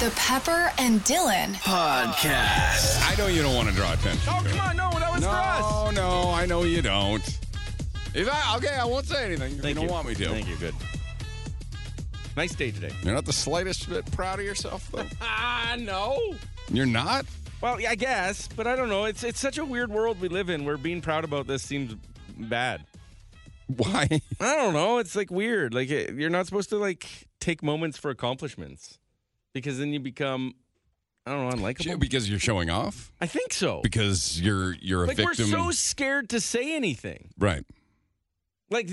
The Pepper and Dylan podcast. I know you don't want to draw attention. Oh, to come it. on. No, that was for us. No, no, I know you don't. If I, okay, I won't say anything. if you Thank don't want me to. Thank you. Good. Nice day today. You're not the slightest bit proud of yourself, though. Ah, no. You're not? Well, yeah, I guess, but I don't know. It's it's such a weird world we live in where being proud about this seems bad. Why? I don't know. It's like weird. Like it- you're not supposed to like take moments for accomplishments because then you become I don't know, unlikable. Because you're showing off? I think so. Because you're you're a Like we're victim. so scared to say anything. right. Like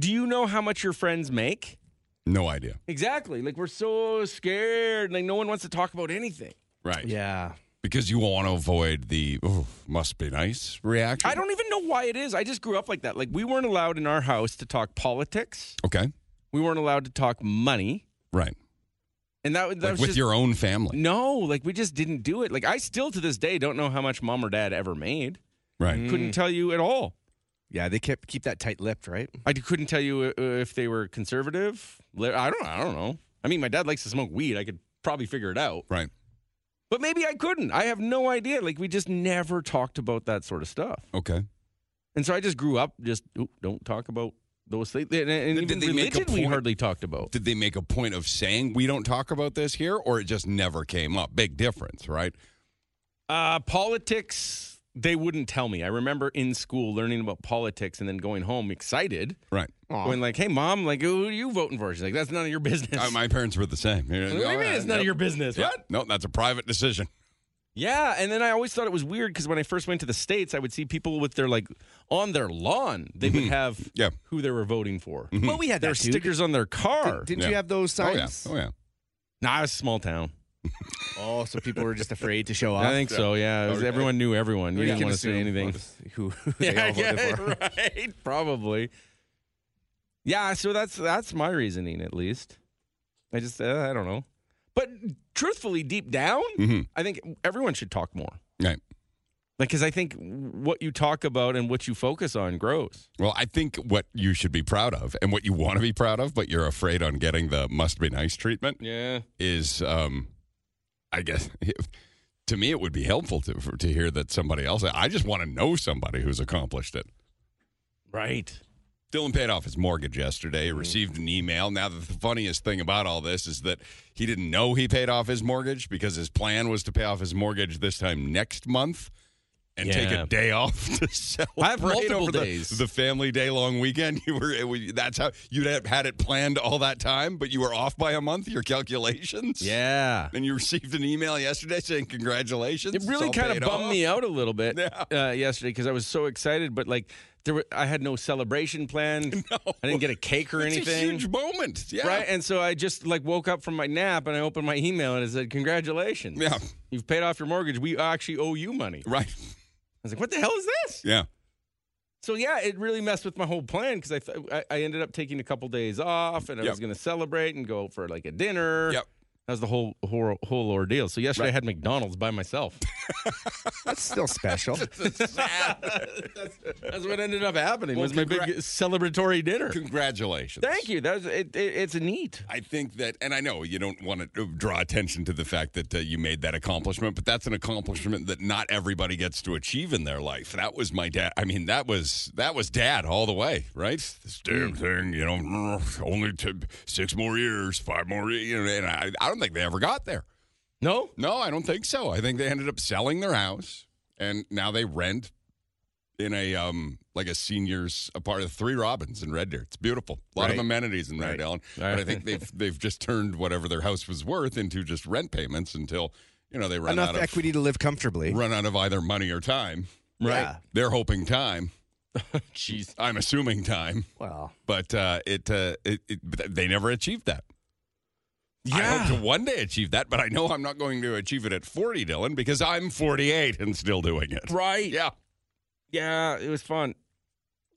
do you know how much your friends make? No idea. Exactly. Like we're so scared. Like no one wants to talk about anything. Right. Yeah. Because you want to avoid the "Ooh, must be nice reaction. I don't even know why it is. I just grew up like that. Like we weren't allowed in our house to talk politics. Okay. We weren't allowed to talk money. Right. And that, that Like was with just, your own family. no, like we just didn't do it. Like I still to this day don't know how much mom or dad ever made. Right. Couldn't tell you at all. Mm. Yeah, they kept keep that tight lipped, right? I d- couldn't tell you uh, if they were conservative. Li- I don't. I don't know. I mean, my dad likes to smoke weed. I could probably figure it out. Right. But maybe I couldn't. I have no idea. Like we just never talked about that sort of stuff. Okay. And so I just grew up just "Ooh, don't talk about those things. And, and Did even they make a religion we point? hardly talked about. did they make a point of saying we don't talk about this here or it just never came up big difference right Uh, politics, they wouldn't tell me. I remember in school learning about politics and then going home excited, right going like, "Hey, mom, like who are you voting for?" She's like, "That's none of your business." Uh, my parents were the same oh, what do you mean it's none of your business? What? no that's a private decision Yeah, and then I always thought it was weird because when I first went to the states, I would see people with their like on their lawn, they would have Mm-hmm. Yeah. Mm-hmm. who they were voting for. Well, we had Their that dude. stickers on their car. Did, didn't Yeah. you have those oh yeah signs? oh yeah nah, it's a small town. Oh, so people were just afraid to show off. I uh, think so. Yeah, It was- Okay. everyone knew everyone. You We didn't can want to say assume anything. Who, who they all voted for. right. Probably. Yeah, so that's that's my reasoning at least. I just uh, I don't know, but truthfully, deep down, Mhm. I think everyone should talk more. right Like, because I think what you talk about and what you focus on grows. well i think what you should be proud of and what you want to be proud of but you're afraid on getting the must be nice treatment Yeah. is um i guess to me it would be helpful to for, to hear that somebody else i just want to know somebody who's accomplished it Right. Dylan paid off his mortgage yesterday, Mm-hmm. received an email. Now, the funniest thing about all this is that he didn't know he paid off his mortgage because his plan was to pay off his mortgage this time next month and take Yeah. a day off to celebrate multiple over the- days. The, family day long weekend. You were it was- that's how you'd have had it planned all that time, but you were off by a month, your calculations. Yeah. And you received an email yesterday saying congratulations. It it's really all kind of paid bummed off." me out a little bit Yeah. uh, yesterday because I was so excited, but like there were, I had no celebration planned. No. I didn't get a cake or It's a anything. huge moment. Yeah. Right. And so I just like woke up from my nap and I opened my email and it said, Congratulations. Yeah. You've paid off your mortgage. We actually owe you money. I Right. was like, What the hell is this? Yeah. So yeah, it really messed with my whole plan because I, th- I I ended up taking a couple days off and I Yep. was going to celebrate and go for like a dinner. Yep. That was the whole whole, whole ordeal. So yesterday I had McDonald's by myself. That's still special. That's what ended up happening. Well, was my big congra- celebratory dinner. Congratulations. Thank you. That was it, it, it's neat. I think that, and I know you don't want to draw attention to the fact that uh, you made that accomplishment, but that's an accomplishment that not everybody gets to achieve in their life. That was my dad. I mean, that was that was dad all the way, right? This damn thing, you know, only t- six more years, five more, ye- you know, and I, I don't think they ever got there. No. No, I don't think so. I think they ended up selling their house, and now they rent in a um like a seniors a part of Three Robins in Red Deer. It's beautiful, a lot of Right. amenities in Red Right. Ellen. But I think they've they've just turned whatever their house was worth into just rent payments until you know they run Enough out of equity to live comfortably. run out of either money or time. Right. Yeah. They're hoping time. Jeez. I'm assuming time, Well, but uh, it, uh, it, it but they never achieved that. I Yeah. hope to one day achieve that, but I know I'm not going to achieve it at 40, Dylan, because I'm 48 and still doing it. right. Yeah. Yeah, it was fun.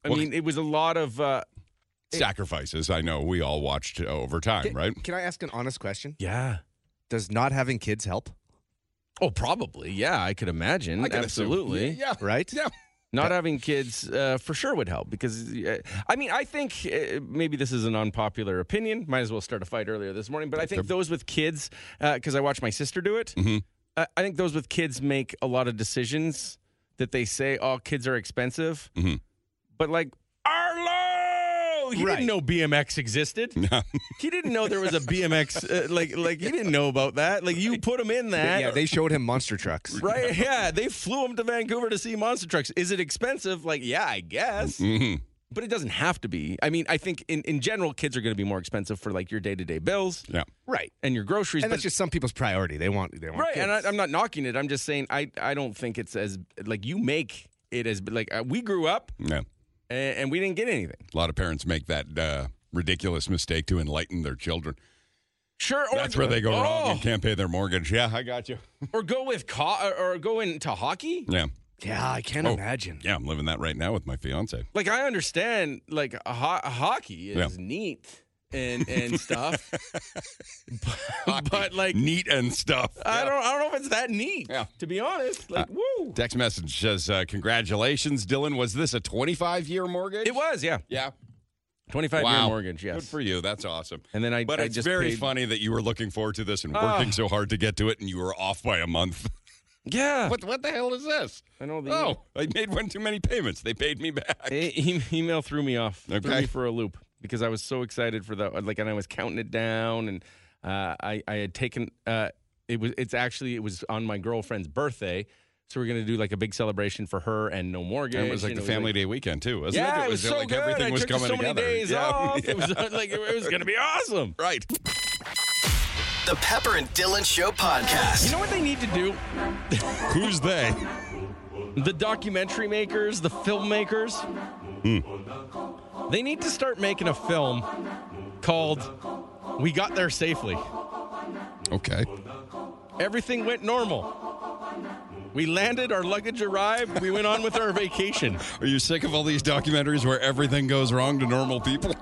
I Well, mean, it was a lot of. Uh, Sacrifices, I know we all watched over time, can, right? can I ask an honest question? yeah. Does not having kids help? Oh, probably. Yeah, I could imagine. I can assume. Absolutely. Yeah. Right? Yeah. Not having kids uh, for sure would help because, uh, I mean, I think uh, maybe this is an unpopular opinion. Might as well start a fight earlier this morning. But I think those with kids, because I watched my sister do it, uh, I think those with kids make a lot of decisions that they say, oh, kids are expensive. But like, Arlo! He Right. didn't know BMX existed. He didn't know there was a BMX. Uh, like, like he didn't know about that. Like, you put him in that. Yeah, they showed him monster trucks. Right? Yeah, they flew him to Vancouver to see monster trucks. Is it expensive? Like, yeah, I guess, Mhm. but it doesn't have to be. I mean, I think in, in general, kids are going to be more expensive for like your day to day bills Yeah. Right. and your groceries. And but- that's just some people's priority. They want they want right. kids. And I, I'm not knocking it. I'm just saying I I don't think it's as like you make it as like uh, we grew up Yeah. and, and we didn't get anything. A lot of parents make that uh, ridiculous mistake to enlighten their children. Sure, or That's where they go wrong and Oh, can't pay their mortgage. Yeah, I got you. or go with co- or go into hockey. Yeah. yeah, I can't Oh. imagine. Yeah, I'm living that right now with my fiance. like I understand like ho- hockey is Yeah. neat and and stuff, but, but like Neat and stuff. I don't I don't know if it's that neat. Yeah. Uh, To be honest, like woo, Text message says, uh, "Congratulations, Dylan. Was this a 25 year mortgage? it was yeah, Yeah. twenty five Wow. year mortgage yes. Good for you. That's awesome. And then I but I it's just very paid- funny that you were looking forward to this and Ah. working so hard to get to it, and you were off by a month. Yeah, what What the hell is this? I know the Oh, I made one too many payments. They paid me back. e- e- email threw me off, threw Okay. me for a loop because I was so excited for that. Like and I was counting it down and uh, I I had taken uh, it was it's actually it was on my girlfriend's birthday. So we're gonna do like a big celebration for her and no mortgage. And it was like and the family day weekend too, wasn't yeah, it? it was, so like good. everything I was took coming so together. many days yeah. off. Yeah. It was uh, like it was gonna be awesome. right. The Pepper and Dylan Show You podcast. know what they need to do? Who's they? The documentary makers, the filmmakers, Hmm. they need to start making a film called "We Got There Safely." Okay. Everything went normal. We landed, our luggage arrived, we went on with our vacation. Are you sick of all these documentaries where everything goes wrong to normal people?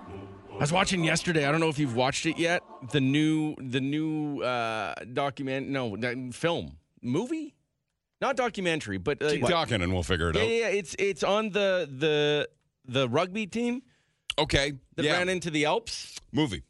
I was watching yesterday. I don't know if you've watched it yet. The new, the new uh, document, no, that film, movie, not documentary, but uh, Keep talking and we'll figure it yeah, out. yeah, yeah, it's it's on the the the rugby team Okay. that yeah. ran into the Alps movie.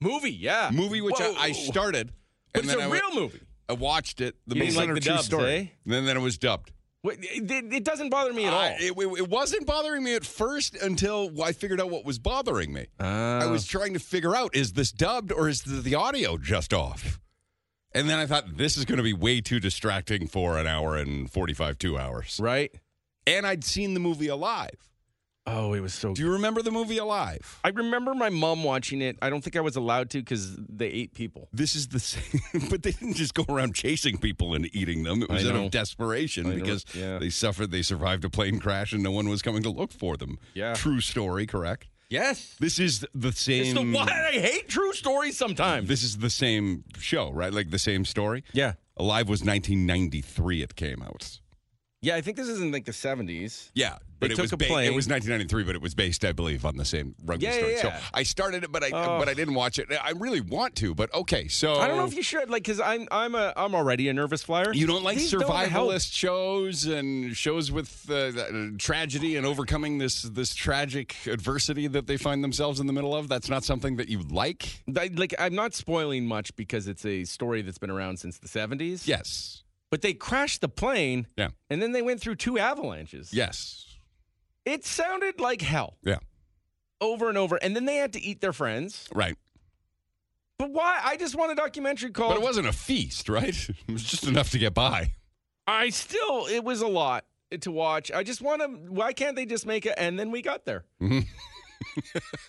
movie. Yeah, Movie which I, Whoa. I started. But it's then a I wa- real movie. I watched it. The You didn't movie. like on the a true dubs, story. eh? and then, then it was dubbed. Wait, It, it- it doesn't bother me at all. I- it, it wasn't bothering me at first until I figured out what was bothering me. I was Ah. trying to figure out is this dubbed or is the, the audio just off? And then I thought this is going to be way too distracting for an hour and 45, two hours. right? And I'd seen the movie Alive. Oh, it was so. Do you remember the movie Alive? I remember my mom watching it. I don't think I was allowed to because they ate people. This is the same, but they didn't just go around chasing people and eating them. It was I out know. of desperation I know, because yeah. they suffered, they survived a plane crash, and no one was coming to look for them. Yeah. True story, correct? Yes, This is the same. it's the why I hate true stories sometimes. This is the same show, right? Like the same story. yeah, Alive was 1993. It came out. yeah. I think this is in like the seventies. Yeah, but They it took was a plane. it was 1993, but it was based, I believe, on the same rugby Yeah, story. yeah, yeah. So I started it, but I Oh. but I didn't watch it. I really want to, but okay. So I don't know if you should like because I'm I'm a I'm already a nervous flyer. You don't like These help. survivalist shows and shows with uh, uh, tragedy and overcoming this this tragic adversity that they find themselves in the middle of. That's not something that you like. I- like I'm not spoiling much because it's a story that's been around since the 70s. Yes. But they crashed the plane Yeah. and then they went through two avalanches. Yes. It sounded like hell Yeah. over and over and then they had to eat their friends. Right. But why I just want a documentary called But it wasn't a feast, right? It was just enough to get by. I still it was a lot to watch. I just want to why can't they just make it and then we got there.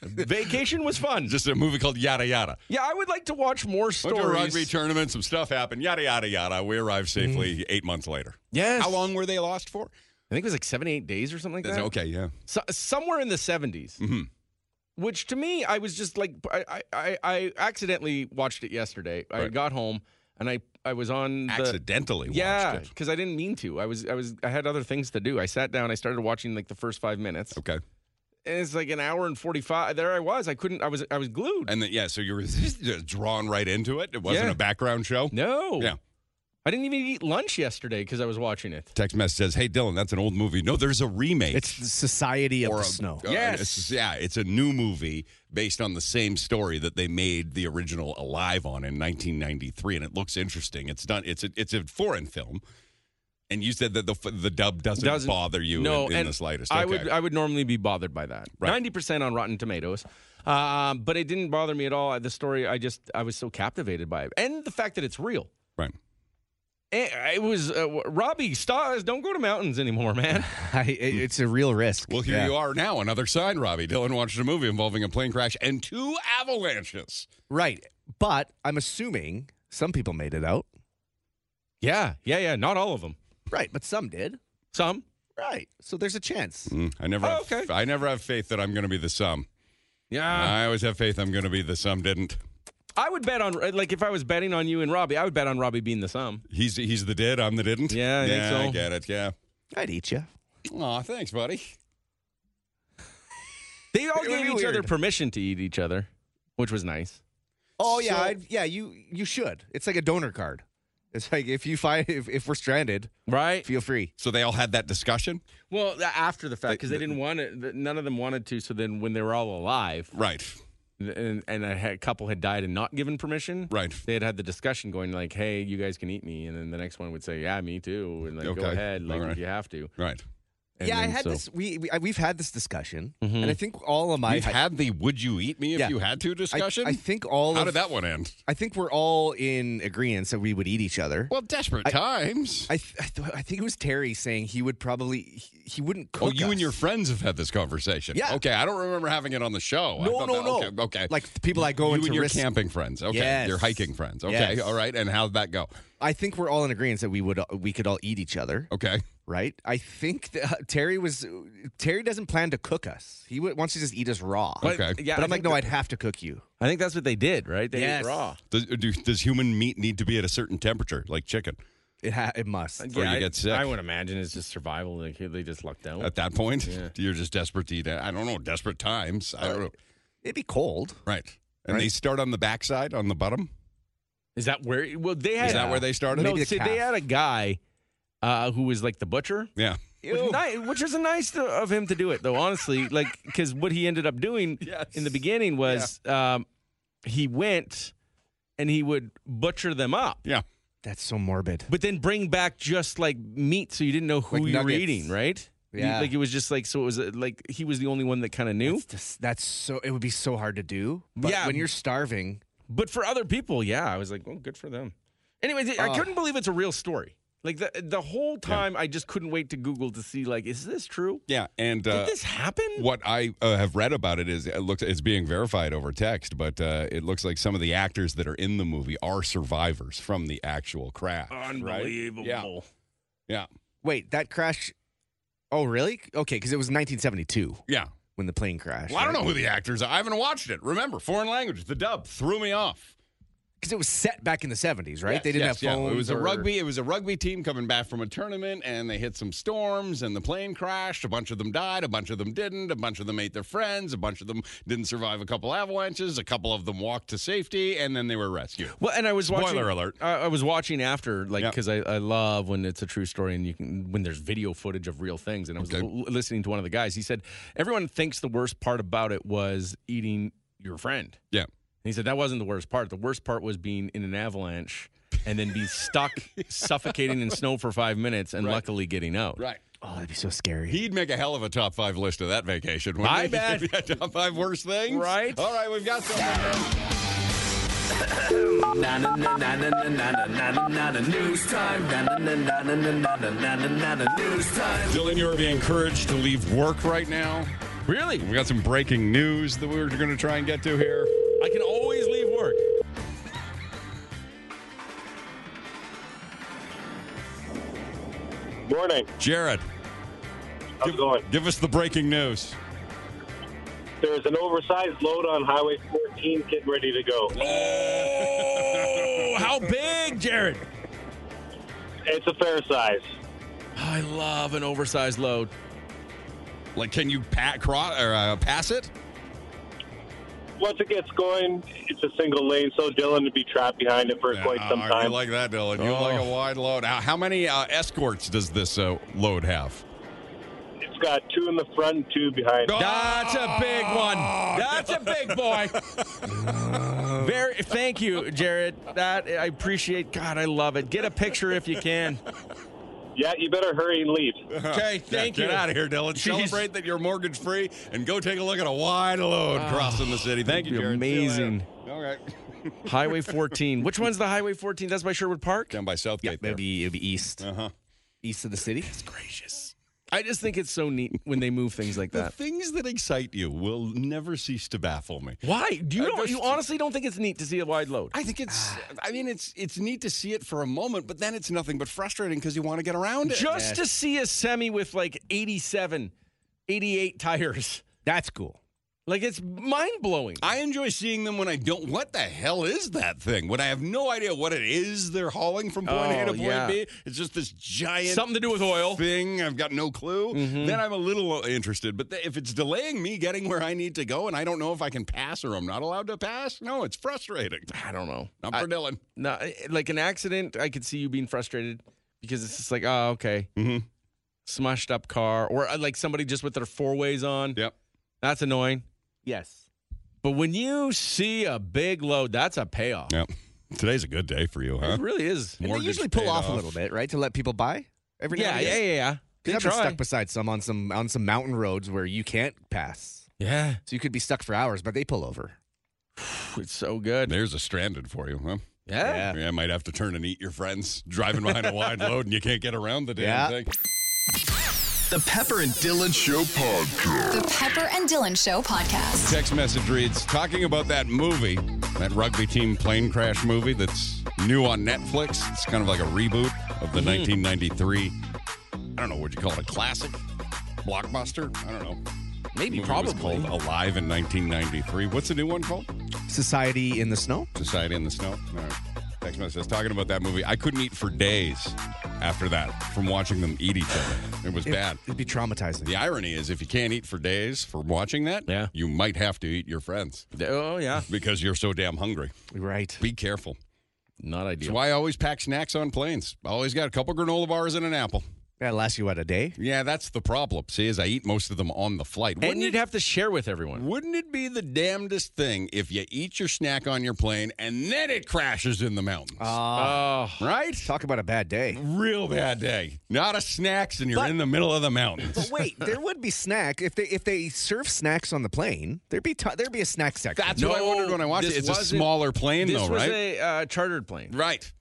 Vacation was fun. Just a movie called Yada Yada. yeah, I would like to watch more Went stories. to a rugby tournament, some stuff happened, yada, yada, yada. We arrived safely eight months later. yes. Mm. How long were they lost for? I think it was like 7 8 days or something like that. Okay, Mm-hmm. yeah. so, somewhere in the 70s which to me i was just like I, I i accidentally watched it yesterday i Right. got home and i i was on the Accidentally yeah watched it. because i didn't mean to i was i was i had other things to do i sat down i started watching like the first five minutes Okay. and it's like an hour and 45 there i was i couldn't i was i was glued And then, yeah, so you were just drawn right into it. It wasn't Yeah. a background show. no Yeah. I didn't even eat lunch yesterday because I was watching it. Text message says, "Hey Dylan, that's an old movie. No, there's a remake. It's the Society of or the a- Snow. uh, Yes. it's- yeah, it's a new movie based on the same story that they made the original Alive on in 1993, and it looks interesting. It's done. It's a it's a foreign film, and you said that the f- the dub doesn't, Doesn't- bother you no, in, in and the slightest. I Okay. would I would normally be bothered by that. Right. Ninety percent on Rotten Tomatoes, um, but it didn't bother me at all. The story I just I was so captivated by it, and the fact that it's real. right. Eh, It was uh, Robbie Stars. Don't go to mountains anymore, man. I, it- it's a real risk. Well, here Yeah. you are now. Another sign, Robbie. Dylan watched a movie involving a plane crash and two avalanches. Right. But I'm assuming some people made it out. yeah, yeah, yeah. Not all of them. Right. But some did. Some. Right. So there's a chance. Mm, I never. Oh, have, okay. I never have faith that I'm going to be the sum. Yeah. I always have faith I'm going to be the sum. Didn't I would bet on like if I was betting on you and Robbie, I would bet on Robbie being the sum. he's he's the did. I'm the didn't. Yeah, I think yeah, I so. get it. Yeah. I'd eat you. Aw, thanks, buddy. They all It would gave be each other weird. permission to eat each other, which was nice. Oh yeah, So- I'd, yeah. You you should. It's like a donor card. It's like if you find if, if we're stranded, Right. feel free. So they all had that discussion? Well, a- after the fact, because they didn't want it. th- None of them wanted to. So then, when they were all alive, Right. th- and, and a ha- couple had died and not given permission, Right. They had had the discussion going like, "Hey, you guys can eat me," and then the next one would say, "Yeah, me too," and like, "Go Okay. ahead, like All right. if you have to." Right. And yeah, I then had so- this. We, we I- we've had this discussion, and I think all of my You've had the would you eat me if Yeah. you had to I, discussion? I think all How of did that one end? I think we're all in agreement that we would eat each other. Well, desperate times. I th- I, th- I think it was Terry saying he would probably he, he wouldn't cook. oh, you and us. your friends have had this conversation. Yeah. Okay. I don't remember having it on the show. I no thought no that- no Okay. okay. like the people I go you into and your risk. camping friends. Okay. Yes. Your hiking friends. Okay. Yes. All right. And how'd that go? I think we're all in agreement that we would uh, we could all eat each other. Okay. right? I think that, uh, Terry was Terry doesn't plan to cook us. He w- wants to just eat us raw. But- Okay. yeah, but I I'm like, think no, that- I'd have to cook you. I think that's what they did, right? They Yes. ate raw. Does, do, does human meat need to be at a certain temperature, like chicken? It ha- it must. Or you I, get sick. I would imagine it's just survival. Like they just lucked Oh. out. At that point, you're just desperate to eat. I don't know. Desperate times. I don't know. It'd be cold. Right. Uh, And Right. they start on the backside, on the bottom. Is that where? Well, they had. Is that where they started? No, Maybe the see, they calf. had a guy uh, who was like the butcher. Yeah. Which, ni- which is a nice to, of him to do it, though, honestly. Like, because what he ended up doing Yes. in the beginning was um, he went and he would butcher them up, Yeah. That's so morbid. but then bring back just like meat so you didn't know who Like you were nuggets. eating, right? You- Yeah. like, it was just like, so it was uh, like he was the only one that kind of knew. It's just, that's so. It would be so hard to do. But Yeah. when you're starving, But for other people, yeah, I was like, well, good for them. Anyways, I Oh. Uh. couldn't believe it's a real story. Like, the, the whole time, I just couldn't wait to Google to see, like, is this true? Yeah. And uh, Did this happen? What I uh, have read about it is it looks it's being verified over text, but uh, it looks like some of the actors that are in the movie are survivors from the actual crash. right? Unbelievable. Yeah. Yeah. wait, that crash. Oh, really? Okay, because it was 1972 Yeah. when the plane crashed. Well, I don't know who the actors are. I haven't watched it. Remember, foreign language, the dub threw me off. because it was set back in the 70s, right? they didn't Yes, have yes, phones. Yeah. It was a or- rugby. It was a rugby team coming back from a tournament, and they hit some storms, and the plane crashed. A bunch of them died. A bunch of them didn't. A bunch of them ate their friends. A bunch of them didn't survive a couple avalanches. A couple of them walked to safety, and then they were rescued. Well, and I was Spoiler watching. alert. I, I was watching after, like, Yep. because I, I love when it's a true story and you can when there's video footage of real things. And I was Okay. l- listening to one of the guys. He said everyone thinks the worst part about it was eating your friend. Yeah. And he said that wasn't the worst part. The worst part was being in an avalanche and then be stuck suffocating in snow for five minutes and luckily getting out. Right. Oh, that'd be so scary. He'd make a hell of a top five list of that vacation. wouldn't I he? bet. Yeah, top five worst things. Right. All right, we've got some. Na na na na na na na na na na na news time. Na na na na na na na na na na na na news time. Dylan, you're being encouraged to leave work right now. Really? We got some breaking news that we are going to try and get to here. I can always leave work. Morning. Jared, How's it going? give us the breaking news. There's an oversized load on Highway 14 getting ready to go. Oh, how big, Jared? It's a fair size. I love an oversized load. Like, can you pat, cross, or, uh, pass it? once it gets going, it's a single lane, so Dylan would be trapped behind it for quite some Ah, You time. like that, Dylan? You like Oh. a wide load? How how many uh, escorts does this uh, load have? it's got two in the front, and two behind. That's a big one. That's a big boy. Very. Thank you, Jared. That I appreciate. God, I love it. Get a picture if you can. Yeah, you better hurry and leave. Okay, Yeah, thank you. Get out of here, Dylan. Jeez. Celebrate that you're mortgage free and go take a look at a wide load crossing the city. Thank you, you're Jared. See you later. Ah. amazing. All right. Highway 14. Which one's the Highway 14? That's by Sherwood Park. Down by Yeah, Southgate. it'll there. be it'll be e, east, Uh-huh. east of the city. Gracious. I just think it's so neat when they move things like The that. things that excite you will never cease to baffle me. Why? Do you Uh, don't, there's- you honestly don't think it's neat to see a wide load? I think it's. Ah. I mean, it's it's neat to see it for a moment, but then it's nothing but frustrating because you want to get around it. Just to see a semi with like 87, 88 tires. That's cool. Like it's mind blowing. I enjoy seeing them when I don't. What the hell is that thing? When I have no idea what it is they're hauling from point A Oh, to point yeah. B. It's just this giant Something to do with oil. thing. I've got no clue. Then I'm a little interested. But th- if it's delaying me getting where I need to go, and I don't know if I can pass or I'm not allowed to pass, no, it's frustrating. I don't know. Not for Dylan. No, I- like an accident, I could see you being frustrated because it's just like, oh, okay, Mhm. smushed up car, or uh, like somebody just with their four ways on. Yep. That's annoying. Yes. But when you see a big load, that's a payoff. Yep. Today's a good day for you, huh? It really is. And they Mortgage usually pull paid off, a off. little bit, right, to let people buy every now Yeah, and yeah, yeah, again. yeah. They 'Cause I've been try. stuck beside some on some on some mountain roads where you can't pass, yeah, so you could be stuck for hours, but they pull over. it's so good. There's a stranded for you, huh? Yeah. Yeah. Yeah, I might have to turn and eat your friends driving behind a wide load and you can't get around the damn Yeah. thing. The Pepper and Dylan Show podcast. The Pepper and Dylan Show podcast. Text message reads talking about that movie, that rugby team plane crash movie that's new on Netflix. It's kind of like a reboot of Hmm. the 1993. I don't know what you call it, a classic blockbuster. I don't know. Maybe Movie was probably. called Alive in 1993. What's the new one called? Society in the snow. Society in the Snow. All right. Text message says, talking about that movie. I couldn't eat for days after that from watching them eat each other. It was bad. It'd be traumatizing. The irony is, if you can't eat for days from watching that, Yeah. you might have to eat your friends Oh yeah, because you're so damn hungry. Right. Be careful. not That's ideal. why I always pack snacks on planes. I always got a couple granola bars and an apple. That lasts you what a day. Yeah, that's the problem. See, is I eat most of them on the flight. and Wouldn't you'd it, have to share with everyone. wouldn't it be the damnedest thing if you eat your snack on your plane and then it crashes in the mountains? Oh, right? Talk about a bad day. Real bad day. Not a snacks, and you're in the middle of the mountains. But wait, there would be snack if they if they serve snacks on the plane. There'd be t- there'd be a snack section. That's No, what I wondered when I watched this it. It's a wasn't- smaller plane, this though, was right? a uh, chartered plane. right.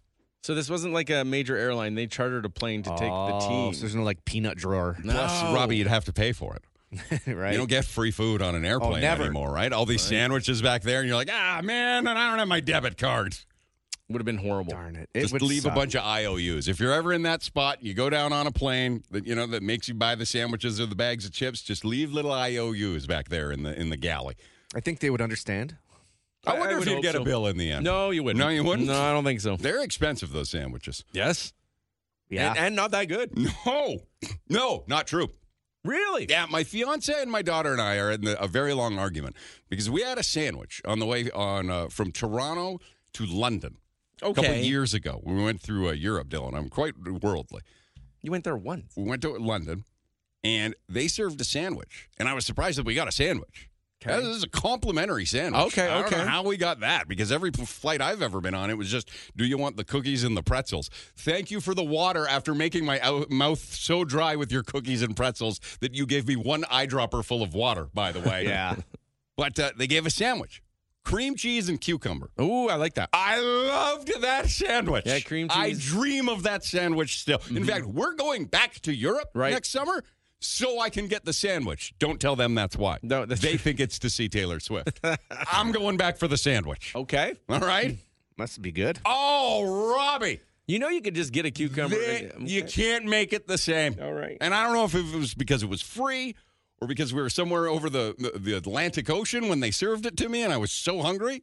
So this wasn't like a major airline. They chartered a plane to take the Oh, team. so there's no like peanut drawer, Plus, No. Robbie, you'd have to pay for it. right? You don't get free food on an Oh, airplane never. anymore, right? All these sandwiches back there, and you're like, ah, man, and I don't have my debit card. Would have been horrible. Darn it! it Just would leave suck. a bunch of IOUs. If you're ever in that spot, you go down on a plane that you know that makes you buy the sandwiches or the bags of chips. Just leave little IOUs back there in the in the galley. I think they would understand. I, I wonder would if you'd hope get a so. bill in the end. No, you wouldn't. No, you wouldn't? No, I don't think so. They're expensive those sandwiches. Yes. And, and not that good. No, no, not true. Really? Yeah, my fiance and my daughter and I are in the, a very long argument because we had a sandwich on the way on uh, from Toronto to London a couple Okay. of years ago. We went through uh, Europe, Dylan. I'm quite worldly. You went there once. We went to London, and they served a sandwich, and I was surprised that we got a sandwich. Okay. This is a complimentary sandwich. Okay, I don't know okay. how we got that because every p- flight I've ever been on, it was just, do you want the cookies and the pretzels? Thank you for the water after making my ou- mouth so dry with your cookies and pretzels that you gave me one eyedropper full of water, by the way. Yeah. But uh, they gave a sandwich cream cheese and cucumber. Ooh, I like that. I loved that sandwich. Yeah, cream I cheese. Mm-hmm. dream of that sandwich still. In fact, we're going back to Europe Right. next summer so I can get the sandwich. Don't tell them that's why. No, that's they true. think it's to see Taylor Swift. I'm going back for the sandwich. Okay. All right. Must be good. Oh, Robbie, You know you could just get a cucumber. they- and- you can't make it the same. All right. And I don't know if it was because it was free or because we were somewhere over the, the, the Atlantic Ocean when they served it to me and I was so hungry.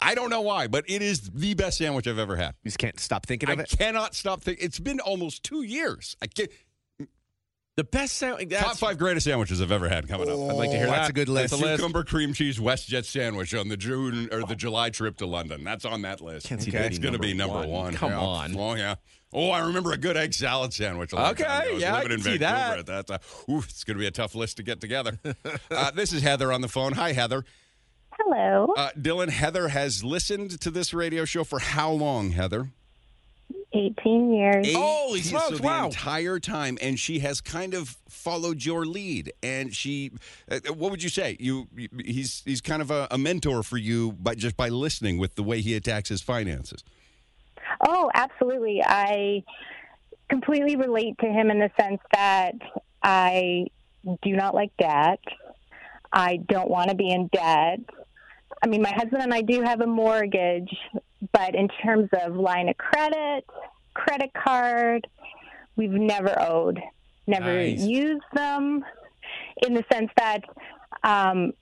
I don't know why, but it is the best sandwich I've ever had. You just can't stop thinking I of it. cannot stop thinking. It's been almost two years. I can't. The best sandwich. Top five greatest sandwiches I've ever had coming up. Oh, I'd like to hear That's that. a good list. That's a list. Cucumber cream cheese West Jet sandwich on the June or the July trip to London. That's on that list. Can't see Okay. that It's being going to be number number one. one. Come yeah. on. Oh, yeah. Oh, I remember a good egg salad sandwich. A long Okay, time ago. I was yeah, I living in can see Vancouver that. at that time. Oof, it's going to be a tough list to get together. uh, this is Heather on the phone. Hi, Heather. Hello, Uh, Dylan, Heather has listened to this radio show for how long, Heather? 18 years. Holy Eighteen- smokes, so wow. The entire time, and she has kind of followed your lead, and she, uh, what would you say? You, you- he's he's kind of a, a mentor for you, by just by listening with the way he attacks his finances. Oh, absolutely. I completely relate to him in the sense that I do not like debt. I don't want to be in debt. I mean, my husband and I do have a mortgage, but in terms of line of credit, credit card, we've never owed, never Nice. used them in the sense that um,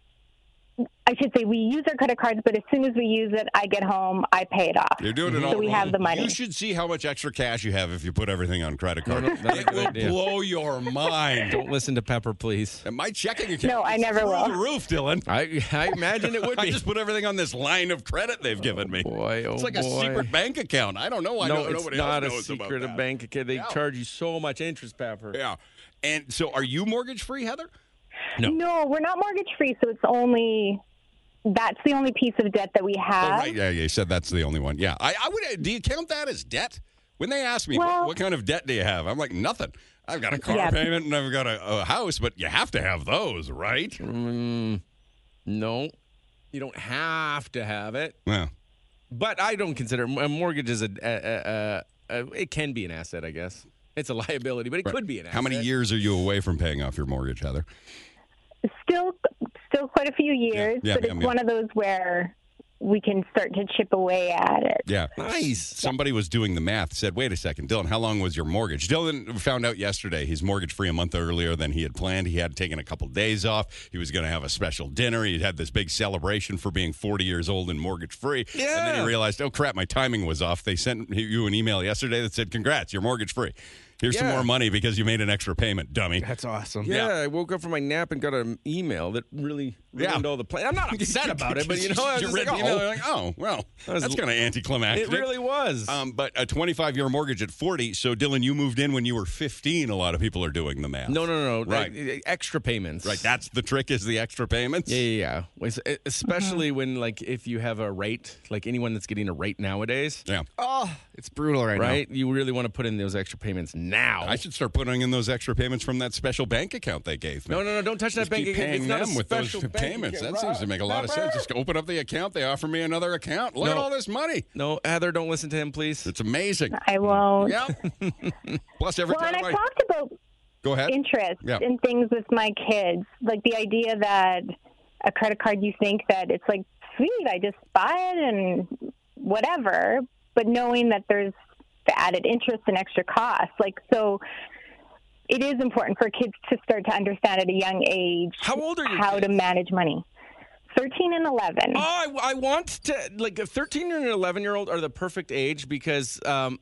I should say we use our credit cards, but as soon as we use it, I get home, I pay it off. You're doing it all. So we wrong. have the money. You should see how much extra cash you have if you put everything on credit card. no, that's a it good will idea. blow your mind. Don't listen to Pepper, please. And my checking account. No, I is never through will. The roof, Dylan. I, I imagine it would I be. just put everything on this line of credit they've given me. boy, oh it's like a boy. secret bank account. I don't know. I no, don't, it's nobody not a else knows secret about of that. bank account. They Yeah. charge you so much interest, Pepper. Yeah. And so, are you mortgage free, Heather? No, we're not mortgage free, so it's only that's the only piece of debt that we have. Oh, right. Yeah, yeah. You said that's the only one. Yeah. I, I would. Do you count that as debt? When they ask me what- Well- what, kind of debt do you have, I'm like nothing. I've got a car Yeah. payment and I've got a, a house, but you have to have those, right? Mm, no, you don't have to have it. Yeah. But I don't consider a mortgage is a, a, a, a, a- it can be an asset, I guess. It's a liability, but it could be an asset. How many years are you away from paying off your mortgage, Heather? Still, still quite a few years, Yeah, but yeah, it's yeah. one of those where we can start to chip away at it. Yeah. Nice. Somebody was doing the math, said, wait a second, Dylan, how long was your mortgage? Dylan found out yesterday he's mortgage free a month earlier than he had planned. He had taken a couple days off. He was going to have a special dinner. He had this big celebration for being 40 years old and mortgage free. And then Yeah. he realized, oh crap, my timing was off. They sent you an email yesterday that said, congrats, you're mortgage free. Here's some Yeah. more money because you made an extra payment, dummy. That's awesome. Yeah, I woke up from my nap and got an email that really ruined Yeah. all the plan. I'm not upset about it, but you know, I was you just read like, the email, you're oh, like, oh, well, That was- that's kind of anticlimactic. it really was. Um, but a 25 year mortgage at 40. So, Dylan, you moved in when you were 15. A lot of people are doing the math. no, no, no, no. Right. E- e- Extra payments. Right. That's the trick is the extra payments. Yeah, yeah, yeah. Wait, so- e- Especially when, like, if you have a rate, like anyone that's getting a rate nowadays, Yeah. Oh, it's brutal right, right? You really want to put in those extra payments now. I should start putting in those extra payments from that special bank account they gave me. no, no, no. Don't touch that Just bank keep account. paying It's not them a with those special bank payments. account. That seems to make a lot of sense. Pepper? Just open up the account. They offer me another account. Look at No. all this money. No, Heather, don't listen to him, please. It's amazing. I won't. Yeah. Plus, every Well, and time I've I talked about go ahead. interest Yeah. in things with my kids, like the idea that a credit card, you think that it's like sweet, I just buy it and whatever, but knowing that there's the added interest and extra cost, like so. It is important for kids to start to understand at a young age How old are you? how to manage money. 13 and 11. Oh, I, I want to like a 13 and an 11 year old are the perfect age because um,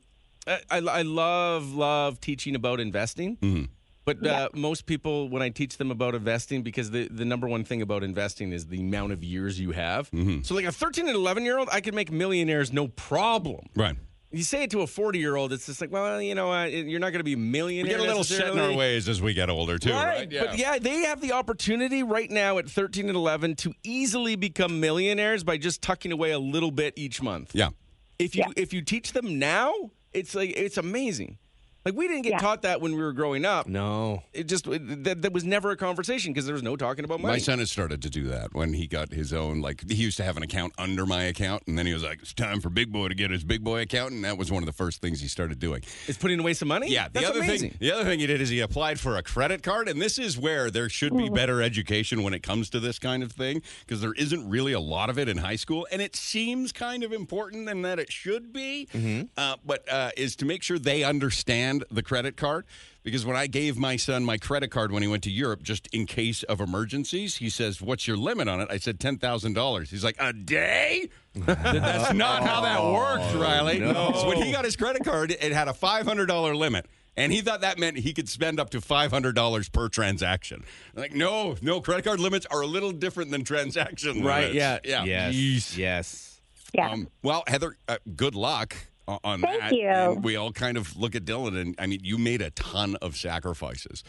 I, I I love love teaching about investing. Mm-hmm. But uh, most people, when I teach them about investing, because the, the number one thing about investing is the amount of years you have. Mm-hmm. So, like a 13 and 11 year old, I could make millionaires no problem. Right. You say it to a 40 year old, it's just like, well, you know, uh, you're not going to be a millionaire. We get a little set in our necessarily. ways as we get older, too. Right. But yeah, they have the opportunity right now at 13 and 11 to easily become millionaires by just tucking away a little bit each month. Yeah. If you Yeah. if you teach them now, it's like it's amazing. Like we didn't get Yeah. taught that when we were growing up. No. It just it- that, that was never a conversation because there was no talking about money. My son has started to do that when he got his own. Like he used to have an account under my account, and then he was like, "It's time for Big Boy to get his Big Boy account," and that was one of the first things he started doing. is putting away some money. Yeah, the that's other amazing. thing, the other thing he did is he applied for a credit card, and this is where there should be better education when it comes to this kind of thing because there isn't really a lot of it in high school, and it seems kind of important and that it should be, uh, but uh, is to make sure they understand the credit card. Because when I gave my son my credit card when he went to Europe, just in case of emergencies, he says, "What's your limit on it?" I said ten thousand dollars. He's like, "A day." That's not how that works, Riley. So when he got his credit card, it had a $500 limit. And he thought that meant he could spend up to $500 per transaction. Like, no, no, credit card limits are a little different than transaction Right. limits. Yeah. Yeah. Yes. Yeesh. Yes. Yeah. Um, well, Heather, uh, good luck o- on Thank that. you. And we all kind of look at Dylan, and I mean, you made a ton of sacrifices.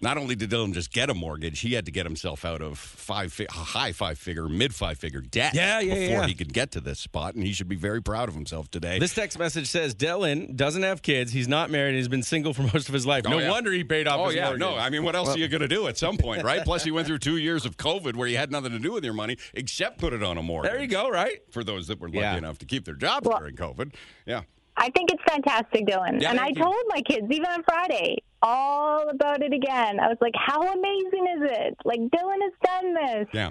Not only did Dylan just get a mortgage, he had to get himself out of five fi- high five figure, mid five figure debt Yeah, yeah, before yeah. he could get to this spot, and he should be very proud of himself today. This text message says Dylan doesn't have kids. He's not married. He's been single for most of his life. Oh, no yeah. wonder he paid off Oh his yeah, mortgage. no. I mean, what else are you going to do at some point, right? Plus, he went through two years of COVID where he had nothing to do with your money except put it on a mortgage. there you go. Right. For those that were lucky Yeah. enough to keep their jobs Well- during COVID, yeah. I think it's fantastic, Dylan. Yeah, and I thank you. told my kids, even on Friday, all about it again. I was like, how amazing is it? Like, Dylan has done this. Yeah.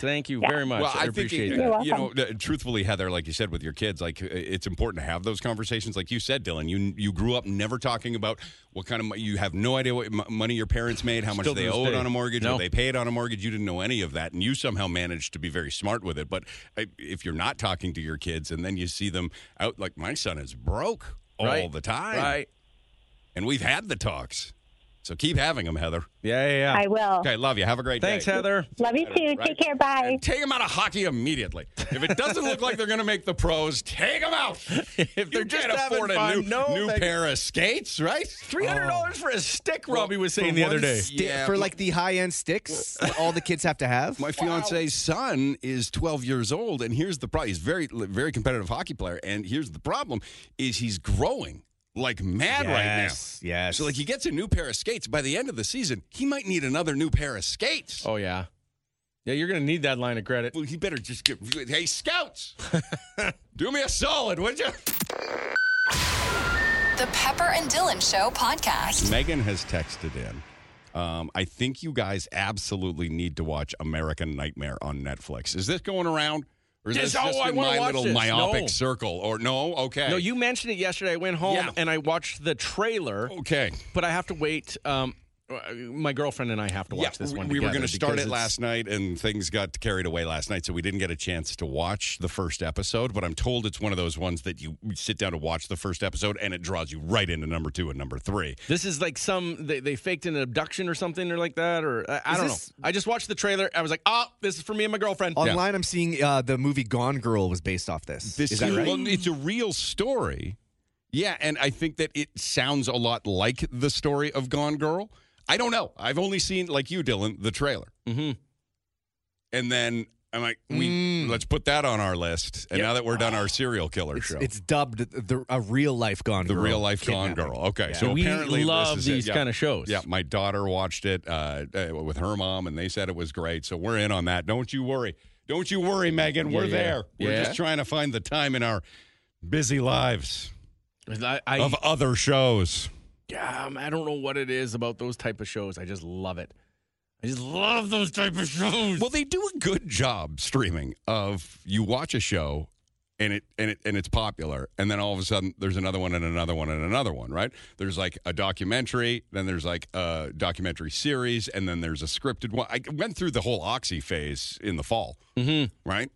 Thank you very much. I, appreciate think, that. You're You know, welcome. th- truthfully, Heather, like you said with your kids, like uh, it's important to have those conversations. Like you said, Dylan, you you grew up never talking about what kind of mo- you have no idea what m- money your parents made, how much Still to they this owed day. on a mortgage, No. what they paid on a mortgage. You didn't know any of that, and you somehow managed to be very smart with it. But uh, if you're not talking to your kids, and then you see them out, like my son is broke all Right. the time, Right. and we've had the talks. So keep having them, Heather. Yeah. Yeah. yeah. I will. Okay, love you. Have a great Thanks, day. Heather. Love you too. Right. Take care. Bye. And take them out of hockey immediately. If it doesn't look like they're going to make the pros, take them out. If they're you just can't having afford a fun, new, no, new thank- pair of skates, right? Oh, Three hundred dollars for a stick. Robbie was saying For the other one day. sti- Yeah. for like the high end sticks, that all the kids have to have. My fiance's son is 12 years old, and here's the problem. He's very, very competitive hockey player, and here's the problem: is he's growing like mad yes, right now. yes. So like he gets a new pair of skates. By the end of the season, he might need another new pair of skates. Oh yeah. Yeah. You're gonna need that line of credit. Well, he better just get. Hey, scouts, do me a solid, would you? The Pepper and Dylan Show podcast. Megan has texted in. Um, I think you guys absolutely need to watch American Nightmare on Netflix. Is this going around? Or is this Yes, just oh, I in wanna my watch little this. myopic No. circle? Or no? Okay. No, you mentioned it yesterday. I went home Yeah. and I watched the trailer, Okay. but I have to wait. Um, my girlfriend and I have to watch this we- one. we were going gonna start it last night, and things got carried away last night, so we didn't get a chance to watch the first episode. But I'm told it's one of those ones that you sit down to watch the first episode, and it draws you right into number two and number three. This is like some they, they faked an abduction or something or like that or I, I Is don't this- know. I just watched the trailer. I was like, oh, this is for me and my girlfriend. Online, I'm seeing uh, the movie Gone Girl was based off this. This Is that seem- right? well, it's a real story. Yeah, and I think that it sounds a lot like the story of Gone Girl. I don't know. I've only seen, like you, Dylan, the trailer. Mhm. And then I'm like, we let's put that on our list. And now that we're done our serial killer Mm. It's, show, it's dubbed the, a real life Gone the Girl. real life Gone kidnapping. Girl. Okay, Yeah. so we apparently love this is it. these Yeah. kind of shows. Yeah, my daughter watched it uh, uh, with her mom, and they said it was great. So we're in on that. Don't you worry. Don't you worry, Megan. We're yeah. there. We're Yeah. just trying to find the time in our busy lives I I, of other shows. um, I don't know what it is about those type of shows. I just love it. I just love those type of shows. Well, they do a good job streaming of you watch a show and it and it and it's popular, and then all of a sudden there's another one and another one and another one, right? There's like a documentary, then there's like a documentary series, and then there's a scripted one. I went through the whole Oxy phase in the fall, mm-hmm. right?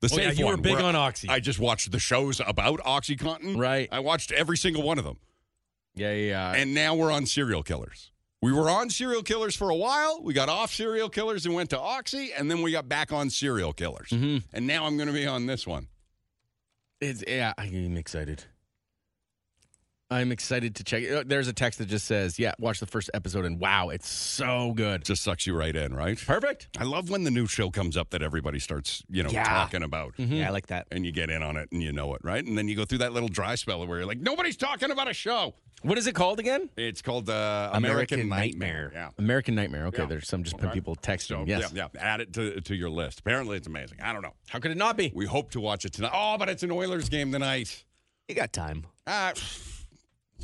The Oh, yeah, safe you were one, big where on Oxy. I just watched the shows about OxyContin. Right. I watched every single one of them yeah, yeah, yeah. and now we're on serial killers. We were on serial killers for a while. We got off serial killers and went to Oxy, and then we got back on serial killers. Mm-hmm. And now I'm going to be on this one. It's yeah, I'm excited. I'm excited to check it. Uh, There's a text that just says, "Yeah, watch the first episode and wow, it's so good." Just sucks you right in, right? Perfect. I love when the new show comes up that everybody starts, you know, Yeah. Mm-hmm. talking about. Yeah, I like that. And you get in on it and you know it, right? And then you go through that little dry spell where you're like, nobody's talking about a show. What is it called again? It's called uh, American, American Nightmare. Nightmare. Yeah. American Nightmare. Okay, Yeah. there's some just people texting. So, yes. yeah, yeah. Add it to, to your list. Apparently, it's amazing. I don't know. How could it not be? We hope to watch it tonight. Oh, but it's an Oilers game tonight. You got time. Ah, Uh,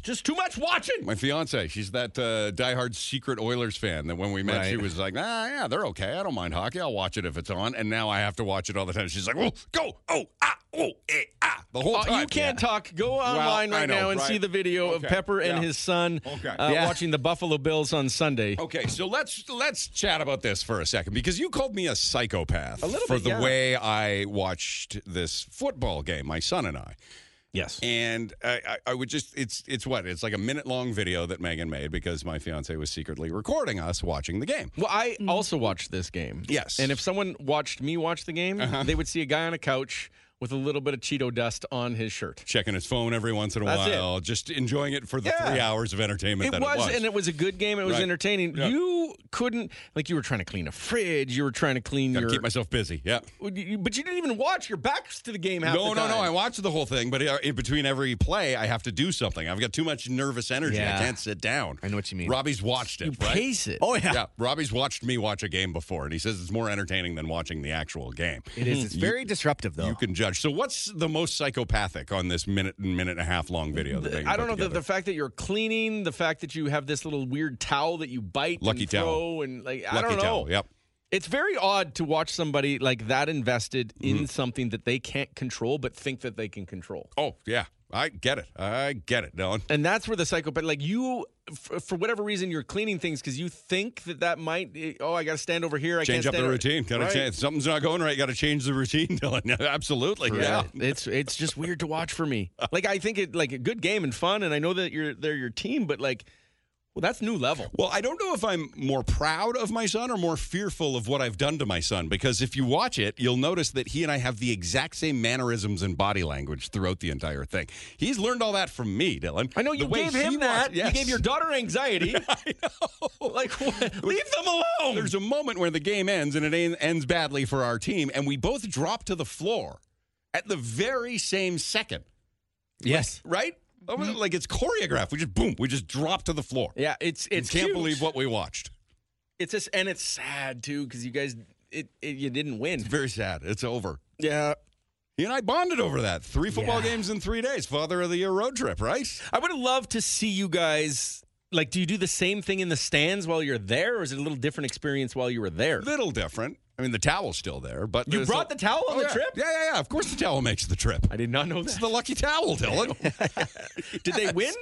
Just too much watching. My fiance, she's that uh, diehard secret Oilers fan that when we met, she Right. was like, ah, yeah, they're okay. I don't mind hockey. I'll watch it if it's on. And now I have to watch it all the time. She's like, oh, go, oh, ah, oh, eh, ah, the whole Uh, time. you can't talk. Go online I right know, now and right. see the video of Okay, Pepper and yeah. his son Okay. Oh. uh, Yeah. watching the Buffalo Bills on Sunday. Okay, so let's let's chat about this for a second because you called me a psychopath little for bit, the yeah. way I watched this football game, my son and I. Yes. And I, I, I would just it's it's what it's like a minute long video that Megan made because my fiance was secretly recording us watching the game. Well, I also watched this game. Yes. Uh-huh. And if someone watched me watch the game, they would see a guy on a couch with a little bit of Cheeto dust on his shirt. Checking his phone every once in a That's it. while, just enjoying it for the Yeah. three hours of entertainment It that was, it was. and it was a good game. It was Right. entertaining. Yeah. You couldn't like you were trying to clean a fridge. You were trying to clean Gotta your. keep myself busy. Yeah. Would you- but you didn't even watch. Your backs to the game. Half No, the no, time. no. I watched the whole thing, but uh, in between every play, I have to do something. I've got too much nervous energy. I Yeah. can't sit down. I know what you mean. Robbie's watched it. You right? pace it. Oh yeah. Yeah, Robbie's watched me watch a game before, and he says it's more entertaining than watching the actual game. It is. It's very disruptive though. You can judge. So, what's the most psychopathic on this minute and minute and a half long video? That Megan I don't know put the, the together? fact that you're cleaning, the fact that you have this little weird towel that you bite, Lucky and towel. throw, and like I Lucky don't know. towel, Yep. It's very odd to watch somebody like that invested Mm-hmm. in something that they can't control, but think that they can control. Oh yeah, I get it. I get it, Dylan. And that's where the psychopath, like you, f- for whatever reason, you're cleaning things because you think that that might. eh, Oh, I got to stand over here. I Change can't up stand the over- routine. Got to Right? change. Something's not going right. Got to change the routine, Dylan. Absolutely. Yeah. Yeah, it's it's just weird to watch for me. Like I think it like a good game and fun, and I know that you're they're your team, but like, well, that's new level. Well, I don't know if I'm more proud of my son or more fearful of what I've done to my son because if you watch it, you'll notice that he and I have the exact same mannerisms and body language throughout the entire thing. He's learned all that from me, Dylan. I know you The way gave he him walks- that. yes. You gave your daughter anxiety. I know. Like, what? leave them alone. There's a moment where the game ends and it en- ends badly for our team, and we both drop to the floor at the very same second, yes. right? That Mm-hmm. was- Like it's choreographed. We just boom, we just drop to the floor. Yeah, it's it's Can't cute. believe what we watched. it's just and it's sad too because you guys it, it you didn't win. It's very sad. It's over. Yeah, He and I bonded over that. Three football Yeah. games in three days. Father of the Year road trip, right? I would have loved to see you guys. Like, do you do the same thing in the stands while you're there, or is it a little different experience while you were there? Little different. I mean, the towel's still there, but You there's brought a- the towel on Oh, the yeah. trip? Yeah, yeah, yeah. Of course, the towel makes the trip. I did not know It's that. the lucky towel, Dylan. Did they win?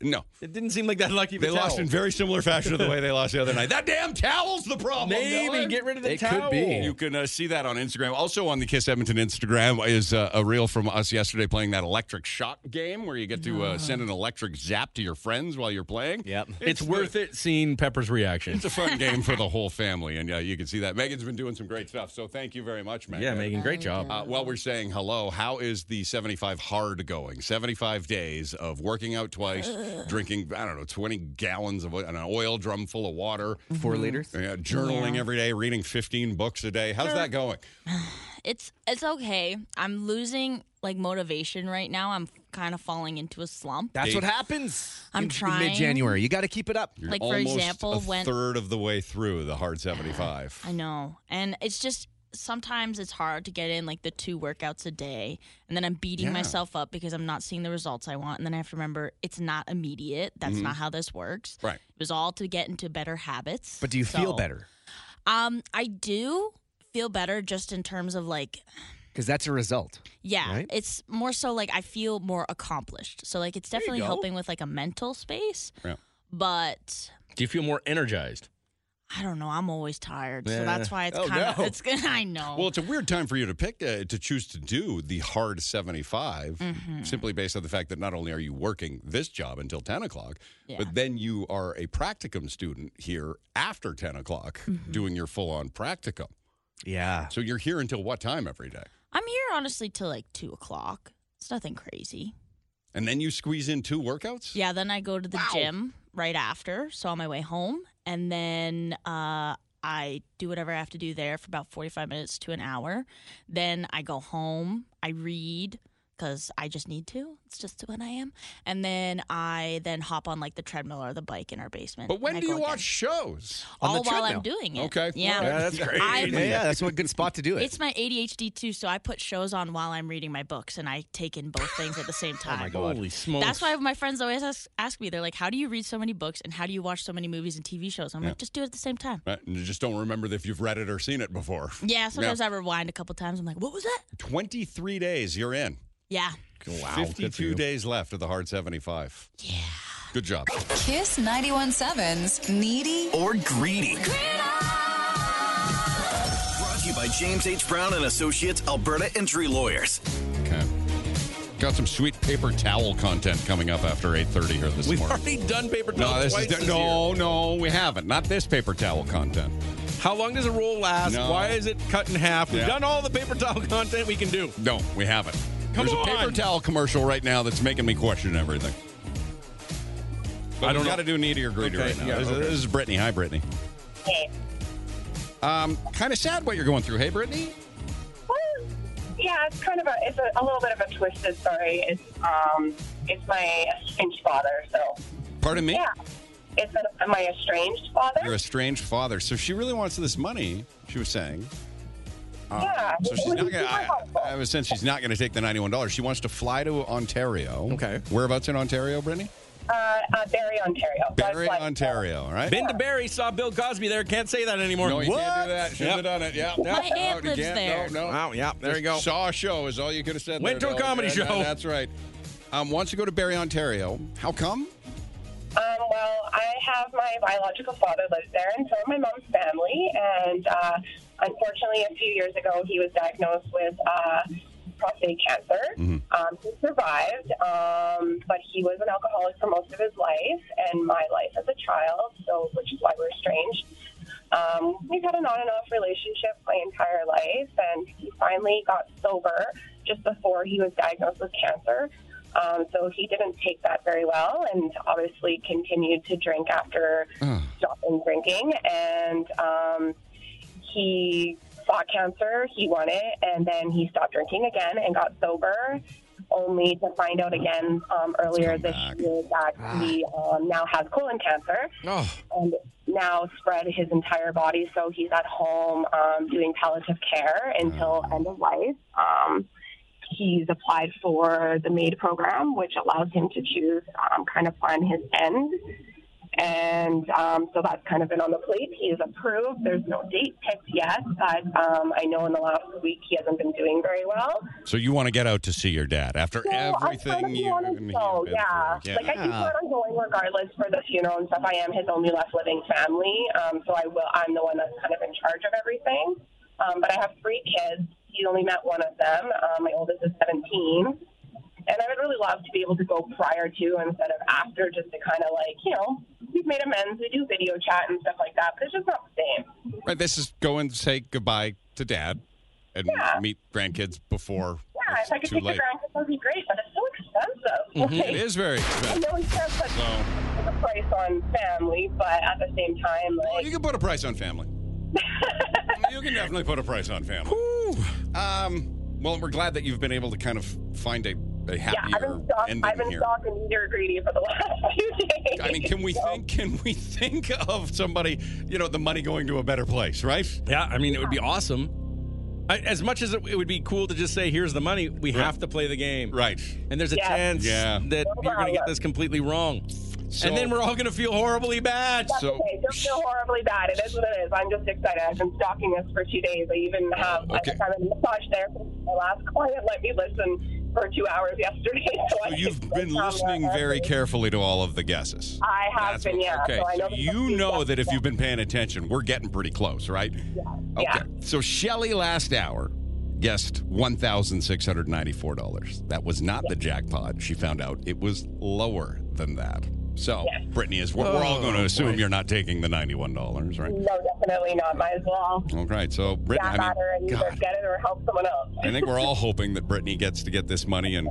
no, It didn't seem like that lucky. of a they lost towel. in very similar fashion to the way they lost the other night. That damn towel's the problem. Maybe Dylan. get rid of the It could towel. be. You can uh, see that on Instagram. Also on the Kiss Edmonton Instagram is uh, a reel from us yesterday playing that electric shock game where you get to Ah. uh, send an electric zap to your friends while you're playing. Yep. It's, worth it seeing Pepper's reaction. It's a fun game for the whole family, and yeah, you can see that. Megan's been doing some great stuff, so thank you very much, Megan. Yeah, Megan, great job. Uh, while we're saying hello, how is the 75 hard going? 75 days of working out twice, drinking, I don't know, 20 gallons of oil- an oil drum full of water, Mm-hmm. Four liters. yeah, journaling every day, reading 15 books a day. How's that going? It's it's okay. I'm losing like motivation right now. I'm kind of falling into a slump. That's what happens. I'm in trying. Mid January. You got to keep it up. You're Like, for almost a example, when- third of the way through the hard 75. I know. And it's just sometimes it's hard to get in like the two workouts a day. And then I'm beating Yeah. myself up because I'm not seeing the results I want. And then I have to remember it's not immediate. That's Mm-hmm. not how this works. Right. It was all to get into better habits. But do you feel So, better? Um, I do feel better just in terms of like Because that's a result. Yeah, Right? it's more so like I feel more accomplished. So like it's definitely go. helping with like a mental space. Yeah. But Do you feel more energized? I don't know. I'm always tired, Yeah. so that's why it's Oh, kind of no. it's. I know. Well, it's a weird time for you to pick uh, to choose to do the hard 75 Mm-hmm. simply based on the fact that not only are you working this job until 10 o'clock, Yeah. but then you are a practicum student here after 10 o'clock Mm-hmm. doing your full on practicum. Yeah. So you're here until what time every day? I'm here honestly till like two o'clock. It's nothing crazy. And then you squeeze in two workouts? Yeah. Then I go to the Wow. gym right after, so on my way home, and then uh, I do whatever I have to do there for about 45 minutes to an hour. Then I go home. I read because I just need to. It's just what I am. And then I then hop on like the treadmill or the bike in our basement. But when and I do go you again. watch shows? on the All while I'm treadmill? doing it. Okay. Yeah. All right. that's great. I- Yeah, yeah, that's a good spot to do it. It's my ADHD too, so I put shows on while I'm reading my books, and I take in both things at the same Oh Oh time. Holy smokes! That's why my friends always ask, ask me. They're like, "How do you read so many books and how do you watch so many movies and TV shows?" I'm like, "Just do it at the same time." Right? Uh, And you just don't remember if you've read it or seen it before. Yeah. Sometimes I rewind a couple times. I'm like, "What was that?" 23 days, you're in. Yeah. wow, good for 52 you. days left of the hard 75. Yeah. Good job. Kiss 917's Needy Or greedy. Brought to you by James H. Brown and Associates Alberta Injury Lawyers. Okay. Got some sweet paper towel content coming up after 8.30 here this We've morning. already done paper towel No, this is twice this year. no, no, we haven't. Not this paper towel content. How long does a roll last? No. Why is it cut in half? We've Yeah. done all the paper towel content we can do. No, we haven't. Come There's a paper on. towel commercial right now that's making me question everything. But I I don't don't got to know. do needy or greedy Okay, right now. yeah, this, is- okay. this is Brittany. Hi, Brittany. Um, kind of sad what you're going through. Hey, Brittany. Well, yeah, it's kind of a it's a, a little bit of a twisted story. It's um it's my estranged father, so Pardon me. yeah, it's a, my estranged father. You're a strange father. So if she really wants this money, she was saying. Um, Yeah, So she's it would not be gonna. super I, helpful. I was saying she's not gonna take the ninety-one dollars. She wants to fly to Ontario. Okay. Whereabouts in Ontario, Brittany? uh, uh, Barry, Ontario. So it's Barrie, like- uh, Ontario. All right. Been to Barry, saw Bill Cosby there. Can't say that anymore. No, you what? can't do that. Should have Yep. done it. Yeah. My aunt you lives can't. there. No, no. Wow, yeah, there you go. Just Saw a show is all you could have said. Went there, to a Bill. comedy Yeah, show. That's right. Um, wants to go to Barrie, Ontario. How come? Um, well, I have my biological father lives there, and so are my mom's family. And uh, unfortunately, a few years ago, he was diagnosed with uh, prostate cancer. Um, he survived, um, but he was an alcoholic for most of his life and my life as a child, so which is why we're estranged. Um, we've had an on and off relationship my entire life, and he finally got sober just before he was diagnosed with cancer. Um, so he didn't take that very well and obviously continued to drink after Ah. stopping drinking. And um, he fought cancer, he won it, and then he stopped drinking again and got sober. Only to find out again um, earlier come this back. Ah. year that he um, now has colon cancer Oh, and now spread his entire body. So he's at home um, doing palliative care until end of life. Um, he's applied for the MAID program, which allows him to choose um, kind of plan his end. And um, so that's kind of been on the plate. He is approved. There's no date picked yet, but um, I know in the last week he hasn't been doing very well. So you want to get out to see your dad after So I everything kind of you. wanted I mean, to go, you've been yeah. through. Like I keep where I'm going regardless for the funeral and stuff. I am his only left living family, um, so I will. I'm the one that's kind of in charge of everything. Um, but I have three kids. He only met one of them. Um, my oldest is 17. And I would really love to be able to go prior to instead of after, just to kind of like, you know, we've made amends, we do video chat and stuff like that, but it's just not the same. Right. This is go and say goodbye to dad, and Yeah. meet grandkids before Yeah, it's if I could too take late. Mm-hmm, the ground, that would be great, but it's so expensive. It is very I expensive. know it's not such So a price on family, but at the same time, well, like, Oh, you can put a price on family. you can definitely put a price on family. Um. Well, we're glad that you've been able to kind of find a, a yeah, happier I've been stalk- ending I've been here. stalking either greedy for the last few days. I mean, can we So, think? Can we think of somebody? You know, the money going to a better place, right? yeah. I mean, it would be awesome. I, as much as it, it would be cool to just say, "Here's the money," we have to play the game, Right. And there's a Yeah. chance Yeah. that you're going to get this completely wrong, and then we're all going to feel horribly bad. that's so- okay. Don't feel horribly bad. It is what it is. I'm just excited. I've been stalking this for two days. I even have okay. I'm a massage therapist. My last client let me listen for two hours yesterday. So, I So could you've sit been down listening there very and- carefully to all of the guesses. I have That's been, what- yeah. Okay. So I know So there's a you few know stuff that if that- you've been paying attention, we're getting pretty close, right? Okay. Yeah. So Shelly last hour guessed one thousand six hundred ninety-four dollars. That was not the jackpot. She found out it was lower than that. So Brittany is. We're, we're all going to assume you're not taking the ninety-one dollars, right? No, definitely not. Might as well. All right. So Brittany, Mm. Yeah, I matter and mean, either God, get it or help someone else. I think we're all hoping that Brittany gets to get this money and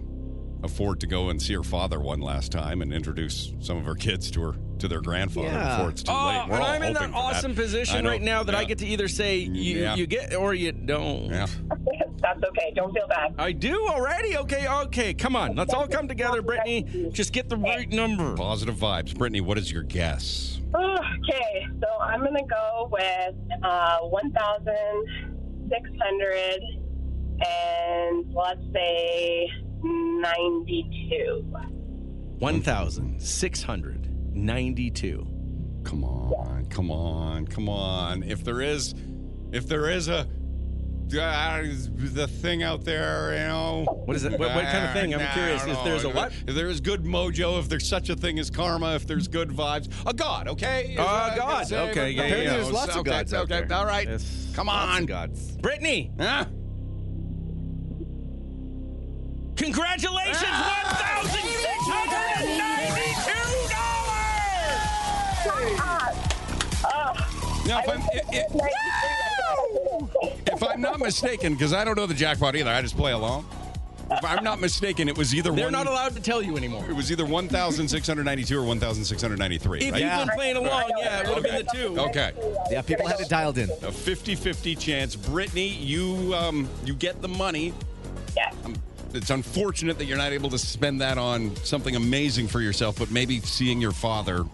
afford to go and see her father one last time and introduce some of her kids to her to their grandfather Yeah. before it's too Oh, late. and We're all I'm in that hoping for awesome position I right know. now that I Yeah. get to either say you, Yeah. you get or you don't. Yeah. That's okay. Don't feel bad. I do already. Okay, okay. Come on. Let's all come together, Brittany. Just get the right number. Positive vibes. Brittany, what is your guess? Okay, so I'm gonna go with uh, one thousand six hundred and let's say ninety-two. 1,692. Come on, come on, come on. If there is if there is a uh, the thing out there, you know. What is it? What, what kind of thing? I'm Nah, I curious. don't If know. there's a what? If there is good mojo, if there's such a thing as karma, if there's good vibes, a god, okay? Is A what I can god, say, okay, but yeah, apparently yeah. There's lots of okay, gods out okay, there. All right, Yes. come Lots on, of gods. Brittany. Huh? Could Congratulations, Oh, Now, if I'm, if, if I'm not mistaken, because I don't know the jackpot either, I just play along. If I'm not mistaken, it was either They're one. not allowed to tell you anymore. It was either 1,692 or 1,693. If right? you've been playing along, yeah, it would have been the two. Okay. Yeah, people had it dialed in. A 50-50 chance. Brittany, you um, you get the money. Yeah. It's unfortunate that you're not able to spend that on something amazing for yourself, but maybe seeing your father.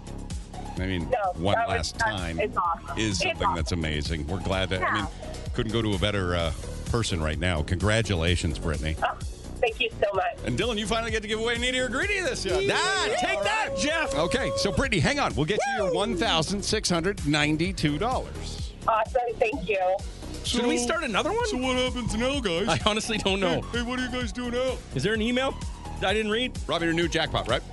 I mean, No, one that was- last that's- time it's awesome. is It's something that's amazing. We're glad that I mean, couldn't go to a better uh, person right now. Congratulations, Brittany. Um, Thank you so much. And Dylan, you finally get to give away an or greedy this year. Ah, take that, Jeff. Okay, so Brittany, hang on. We'll get you your one thousand six hundred ninety-two dollars. Awesome. Thank you. Should we start another one? So what happens now, guys? I honestly don't know. Hey, what are you guys doing now? Is there an email that I didn't read? Robbie, your new jackpot, right?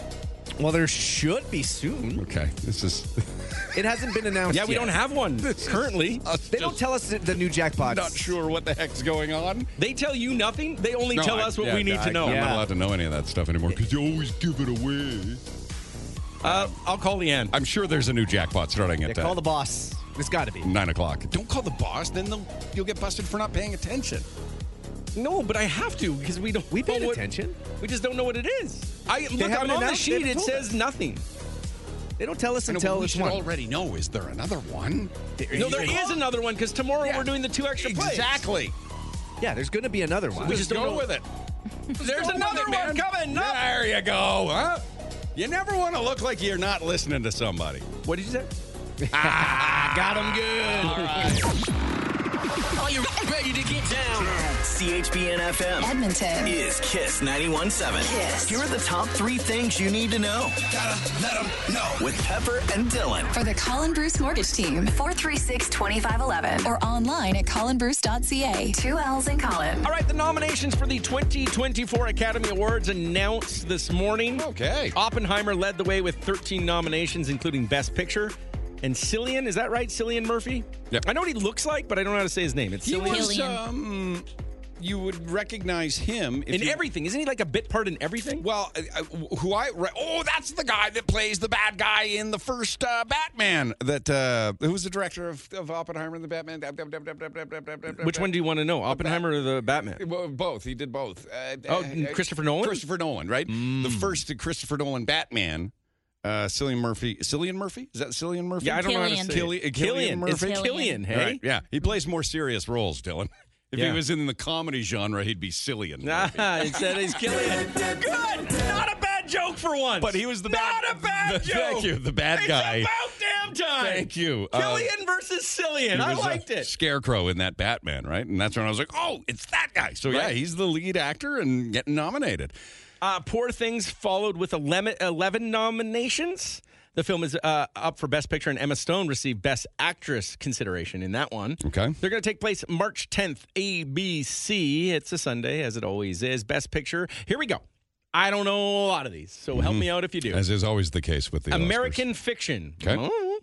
Well, there should be soon. Okay, this is It hasn't been announced. Yeah, we yet. don't have one currently. They don't tell us the- the new jackpots. not sure what the heck's going on. They tell you nothing. They only tell us what we need to know. I'm Yeah. not allowed to know any of that stuff anymore because you always give it away. Uh, I'll call Leanne. I'm sure there's a new jackpot starting Yeah, at call uh, the boss. It's got to be. nine o'clock. Don't call the boss, then they'll, you'll get busted for not paying attention. No, but I have to because we don't. We know paid what- attention. We just don't know what it is. I look. haven't I'm on the announced- they sheet. haven't It told says us. nothing. They don't tell us I know, until we it's should one. already know. Is there another one? No, there is another one because tomorrow Yeah. we're doing the two extra plays. Exactly. Yeah, there's going to be another one. We just don't go know. with it. There's Go with another it, one man. coming. up. There you go. Huh? You never want to look like you're not listening to somebody. What did you say? Got him good. All right. Are you ready to get down? CHBN FM Edmonton. is Kiss 91.7. Kiss. Here are the top three things you need to know. Gotta let them know. With Pepper and Dylan. For the Colin Bruce Mortgage Team, 436 2511. Or online at colinbruce.ca. Two L's in Colin. All right, the nominations for the 2024 Academy Awards announced this morning. Okay. Oppenheimer led the way with 13 nominations, including Best Picture. And Cillian, is that right? Cillian Murphy? Yep. I know what he looks like, but I don't know how to say his name. It's He Cillian. was, um, you would recognize him if in you- everything. Isn't he like a bit part in everything? Well, I- I- who I re- oh, that's the guy that plays the bad guy in the first uh, Batman. That uh, who was the director of, of Oppenheimer and the Batman? Which one do you want to know? Oppenheimer or the Batman? Well, both. He did both. Uh, Oh, uh, Christopher Nolan? Mm. Christopher Nolan, right? The first Christopher Nolan Batman. Uh, Cillian Murphy. Cillian Murphy? Is that Cillian Murphy? Yeah, I don't know how to Killian. say Killi- it. Killian Killian. It's Murphy? Killian, Killian. hey? All right, yeah, he plays more serious roles, Dylan. If Yeah. he was in the comedy genre, he'd be Cillian. Murphy. Ah, it said he's Killian. Good! Not a bad joke for once. But he was the Not bad. a bad the- joke. Thank you, the bad It's guy. about damn time. Thank you. Uh, Killian versus Cillian. he I was, uh, liked it. Scarecrow in that Batman, right? And that's when I was like, oh, it's that guy. So yeah, Right. he's the lead actor and getting nominated. Uh, Poor Things followed with 11, 11 nominations. The film is uh, up for Best Picture, and Emma Stone received Best Actress consideration in that one. Okay. They're going to take place March 10th, ABC. It's a Sunday, as it always is. Best Picture. Here we go. I don't know a lot of these, so help me out if you do. As is always the case with the Oscars. American Fiction. Okay. Mm.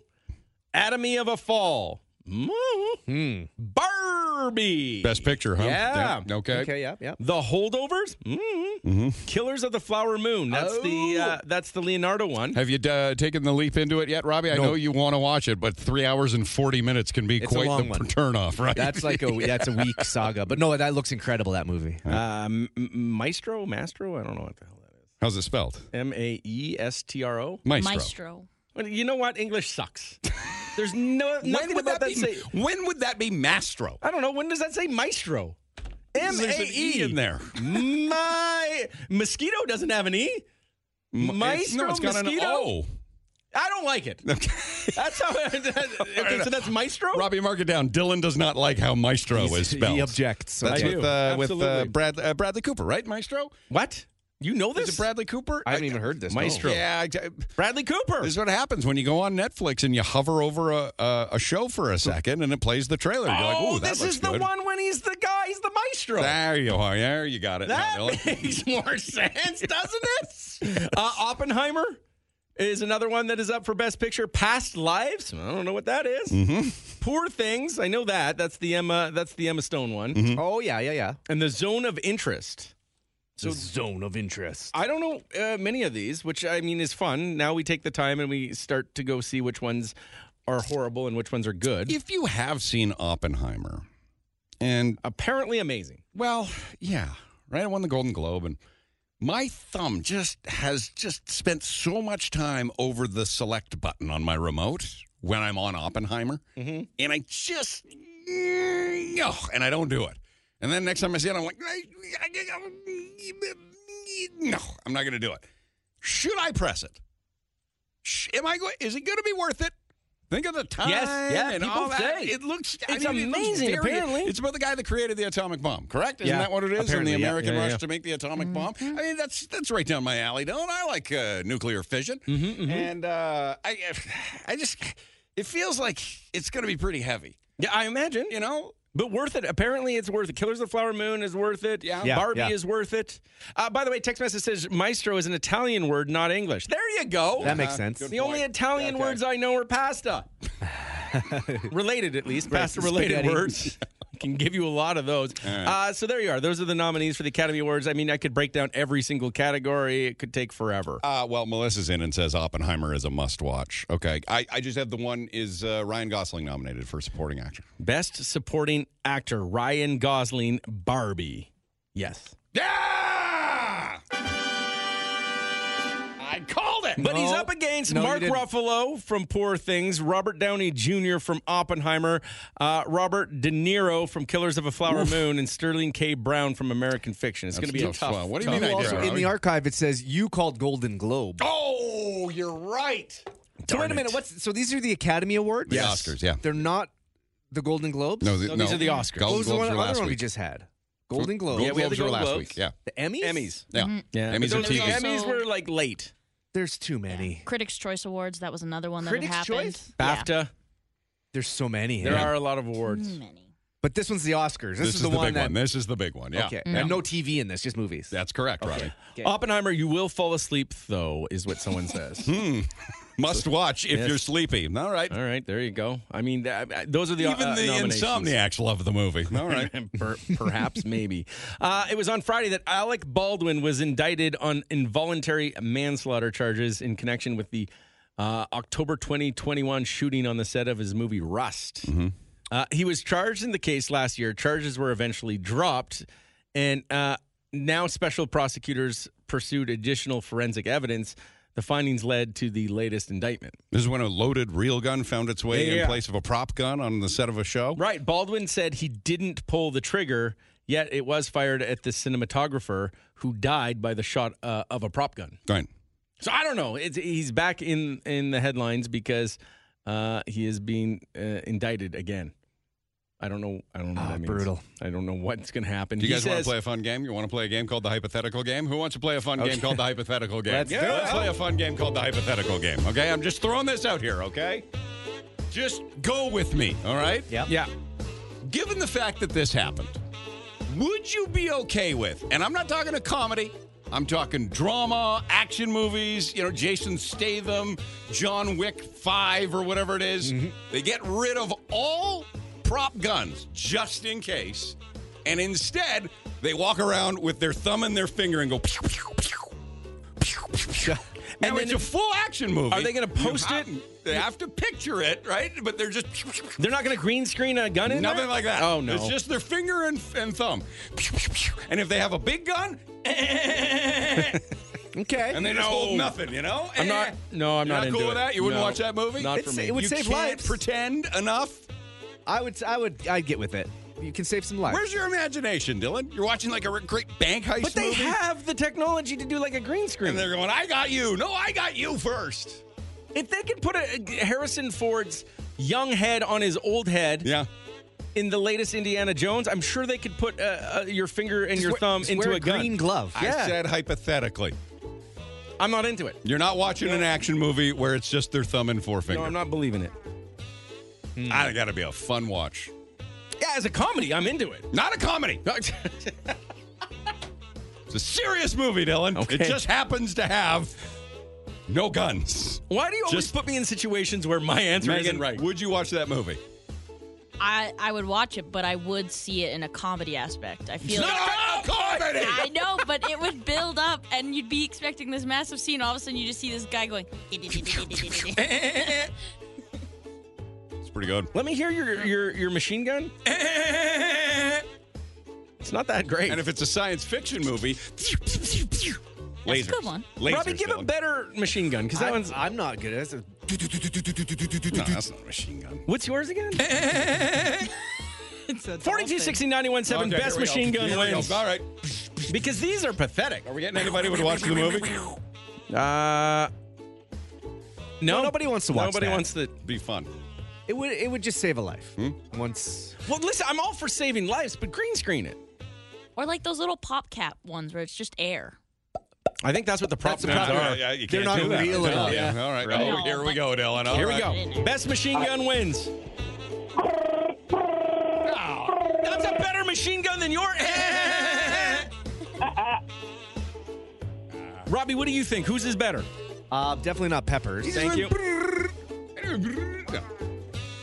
Anatomy of a Fall. Mm. Barbie. Hmm. Best Picture, huh? Yeah. Okay. Okay, yeah, yeah. The holdovers, mm. Mm-hmm. Killers of the Flower Moon. That's the Oh. uh, that's the Leonardo one. Have you uh, taken the leap into it yet, Robbie? I know you want to watch it, but three hours and forty minutes can be It's a quite long the one. turnoff, right? That's like a that's a weak saga. But no, that looks incredible. That movie. Uh, M- M- Maestro, Mastro. I don't know what the hell that is. How's it spelled? M A E S T R O. Maestro. Maestro. Well, You know what? English sucks. There's no nothing about that, be? say. When would that be Mastro? I don't know. When does that say Maestro? M There's A an E E in there. My mosquito doesn't have an E. It's- no, Maestro it's got mosquito? an O. I don't like it. Okay. That's how. okay, so that's Maestro. Robbie, mark it down. Dylan does not like how Maestro is spelled. He objects. So That's I with do. uh, with uh, Absolutely. Brad, uh, Bradley Cooper, right, Maestro? What? You know this? Is it Bradley Cooper? Oh. I haven't even heard this. no. Maestro. Yeah, I- Bradley Cooper. this is what happens when you go on Netflix and you hover over a, a, a show for a second and it plays the trailer. You're like, oh, "Ooh, that this looks is the good." one when he's the guy. He's the maestro. There you are. There you got it. That Now, Dylan. makes more sense, doesn't it? Uh, Oppenheimer is another one that is up for Best Picture. Past Lives. I don't know what that is. Mm-hmm. Poor Things. I know Mm-hmm. that. That's the Emma. That's the Emma Stone one. Oh yeah, yeah, yeah. And the Zone of Interest. So zone of interest. I don't know uh, many of these, which I mean is fun. Now we take the time and we start to go see which ones are horrible and which ones are good. If you have seen Oppenheimer, and apparently amazing. Well, yeah, right. I won the Golden Globe, and my thumb just has just spent so much time over the select button on my remote when I'm on Oppenheimer, Mm-hmm. and I just no, and I don't do it. And then next time I see it, I'm like, no, I'm not going to do it. Should I press it? Sh- Am I going? Is it going to be worth it? Think of the time. Yes, yeah, and people all that. say. It looks. It's I mean, it looks amazing, very- apparently. it's about the guy that created the atomic bomb, correct? Isn't Yeah, that what it is? And apparently, the yeah. American Yeah, rush yeah. to make the atomic bomb. I mean, that's that's right down my alley. Don't I like uh, nuclear fission? And uh, I, I just, it feels like it's going to be pretty heavy. Yeah, I imagine. You know, but worth it. Apparently, it's worth it. Killers of the Flower Moon is worth it. Yeah, Yeah, Barbie yeah. is worth it. Uh, by the way, text message says maestro is an Italian word, not English. There you go. That makes Uh-huh. sense. The Good only point. Italian Okay. words I know are pasta, related at least. Right, Pasta related spaghetti. words. Can give you a lot of those. Uh, so there you are. Those are the nominees for the Academy Awards. I mean, I could break down every single category. It could take forever. Uh, well, Melissa's in and says Oppenheimer is a must watch. Okay. I, I just have the one is uh, Ryan Gosling nominated for supporting actor. Best supporting actor Ryan Gosling, Barbie. Yes. I called it. But he's up against Mark Ruffalo from Poor Things, Robert Downey Jr. from Oppenheimer, uh, Robert De Niro from Killers of a Flower Oof. Moon, and Sterling K. Brown from American Fiction. It's going to be a tough. tough Well, also, round. in the archive, it says you called Golden Globe. Oh, you're right. so wait a minute. What's so? These are the Academy Awards. The Yes. Oscars, yeah. they're not the Golden Globes. No, the- No, these no. are the Oscars. What was the Golden one, other Globes were last one we week. just had? Golden Globes. Golden Yeah, we had the Globes were Golden last Globes. week, yeah. The Emmys. Emmys. Yeah. Yeah. Emmys But are those- TV. Emmys were like late. There's too many. Critics' Choice Awards. That was another one that had Critics' happened. Choice? BAFTA. There's so many. There eh? are a lot of awards. But this one's the Oscars. This, is, the, one big that. one. This is the big one. Yeah. Okay. And no TV in this, just movies. That's correct, Robbie. Oppenheimer, you will fall asleep though, is what someone says. hmm. Must watch if Yes. you're sleepy. All right. All right, there you go. I mean, th- I- those are the Even uh, the nominations. insomniacs love the movie. All right. Per- perhaps, maybe. Uh, it was on Friday that Alec Baldwin was indicted on involuntary manslaughter charges in connection with the uh, October 2021 shooting on the set of his movie Rust. Mm-hmm. Uh, he was charged in the case last year. Charges were eventually dropped, and uh, now special prosecutors pursued additional forensic evidence. The findings led to the latest indictment. This is when a loaded real gun found its way Yeah. in place of a prop gun on the set of a show. Right. Baldwin said he didn't pull the trigger, yet it was fired at the cinematographer who died by the shot uh, of a prop gun. Right. So I don't know. It's, he's back in, in the headlines because uh, he is being uh, indicted again. I don't know. I don't know. what that means. brutal. I don't know what's going to happen. Ah, Do you He guys want to says- play a fun game? You want to play a game called the hypothetical game? Who wants to play a fun Okay. game called the hypothetical game? Let's yeah, do it. let's play a fun game called the hypothetical game. Okay, I'm just throwing this out here. Okay, just go with me. All right. Yeah. Yeah. Given the fact that this happened, would you be okay with? And I'm not talking a comedy. I'm talking drama, action movies. You know, Jason Statham, John Wick Five, or whatever it is. Mm-hmm. They get rid of all prop guns just in case, and instead they walk around with their thumb and their finger and go. Pew, pew, pew. And then- it's a full action movie. Are they gonna You post have- They have to picture it, right? But they're just They're not going to green screen a gun in nothing there? like that. Oh, no. It's just their finger and, and thumb. And if they have a big gun, eh, Okay. and they just hold nothing, you know. Eh. I'm not- no, I'm You're not into cool with it. that. You wouldn't No, watch that movie. not for It's- me. it would you save can't lives. Pretend enough. I would. I would. I'd get with it. You can save some lives. Where's your imagination, Dylan? You're watching like a re- great bank heist But they movie, have the technology to do like a green screen. and they're going, "I got you." No, I got you first. If they could put a, a Harrison Ford's young head on his old head, yeah. In the latest Indiana Jones, I'm sure they could put uh, uh, your finger and your wear- thumb just into wear a, a gun. green glove. Yeah, I said hypothetically. I'm not into it. You're not watching an action movie where it's just their thumb and forefinger. No, I'm not believing it. I gotta be a fun watch. Yeah, as a comedy, I'm into it. Not a comedy. It's a serious movie, Dylan. It just happens to have no guns. Why do you always Just- put me in situations where my answer Megan, isn't right? Would you watch that movie? I, I would watch it, but I would see it in a comedy aspect. I feel It's like not a comedy. I know, but it would build up, and you'd be expecting this massive scene. All of a sudden, you just see this guy going. It's pretty good. Let me hear your your your machine gun. It's not that great. And if it's a science fiction movie, That's laser. a good one. Lasers, Robbie, give Dylan. a better machine gun because that one's. I'm not good at No, it. that's not a machine gun. What's yours again? It's a double Forty-two thing. sixty ninety-one seven. Okay, Best here we go. machine gun Here we go. wins. All right. Because these are pathetic. Are we getting anybody who would watch the movie? Uh, no, nobody wants to watch Nobody that. wants to. Be fun. It would it would just save a life. Hmm? Once Well, listen, I'm all for saving lives, but green screen it. Or like those little pop cap ones where it's just air. I think that's what the props No, are. all right, yeah, you They're can't not do that. real No, enough. Yeah. All right. Right. Oh, here we go, Dylan. All Here we right. go. Best machine gun wins. Oh, that's a better machine gun than your. Robbie, what do you think? Whose is better? uh, definitely not peppers. Thank you.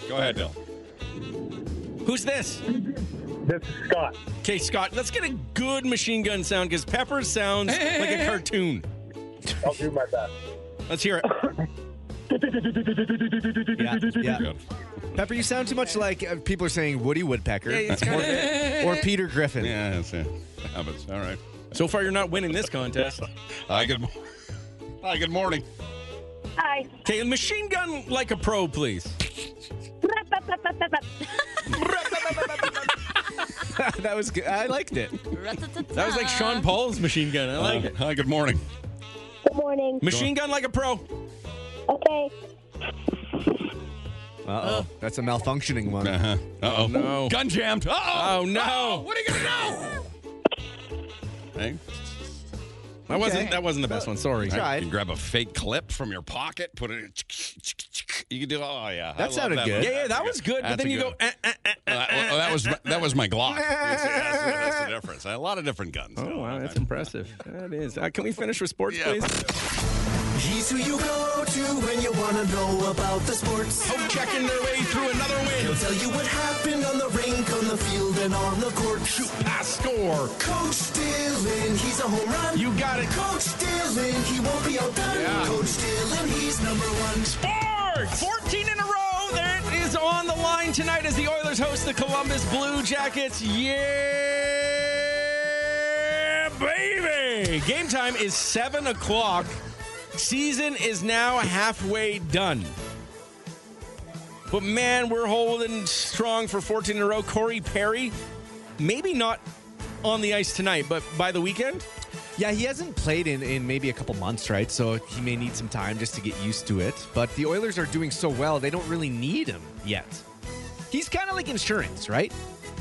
Go ahead, Dylan. Who's this? This is Scott. Okay, Scott, let's get a good machine gun sound because Pepper sounds like a cartoon. I'll do my best. Let's hear it. Yeah, yeah. Good. Pepper, you sound too much like uh, people are saying Woody Woodpecker or, or Peter Griffin. Yeah, that's it. Happens. All right. So far, you're not winning this contest. Hi, good, mo- Hi, good morning. Hi. Okay, machine gun like a pro, please. that was good. I liked it. That was like Sean Paul's machine gun. I like Uh, it. Hi, good morning. Good morning. Machine gun like a pro. Okay. Uh oh, that's a malfunctioning one. Uh huh. Uh oh. no. Gun jammed. Uh-oh. Oh, no. Uh-oh. What are you gonna do? hey, That wasn't that wasn't the best one. Sorry. Try. Tried. You can grab a fake clip from your pocket, put it. in- You can do. Oh yeah. I love sounded good. Yeah, yeah, that was good. That's but then a you go. "Eh, eh, eh, eh." Uh, well, oh, that was that was my Glock. That's, that's the difference. I had a lot of different guns. Oh wow, that's impressive. That is. Uh, can we finish with sports, Yeah. please? He's who you go to when you want to know about the sports. Oh, checking their way through another win. He'll tell you what happened on the rink, on the field, and on the court. Shoot, Pass, score. Coach Dylan, he's a home run. You got it. Coach Dylan, he won't be outdone. Coach Dylan, he's number one. Sports. 14 in a row. There it is on the line tonight as the Oilers host the Columbus Blue Jackets. Yeah, baby. Game time is 7 o'clock. Season is now halfway done. But man, we're holding strong for 14 in a row. Corey Perry, maybe not on the ice tonight, but by the weekend, Yeah, he hasn't played in, in maybe a couple months, right? So he may need some time just to get used to it. But the Oilers are doing so well, they don't really need him yet. He's kind of like insurance, right?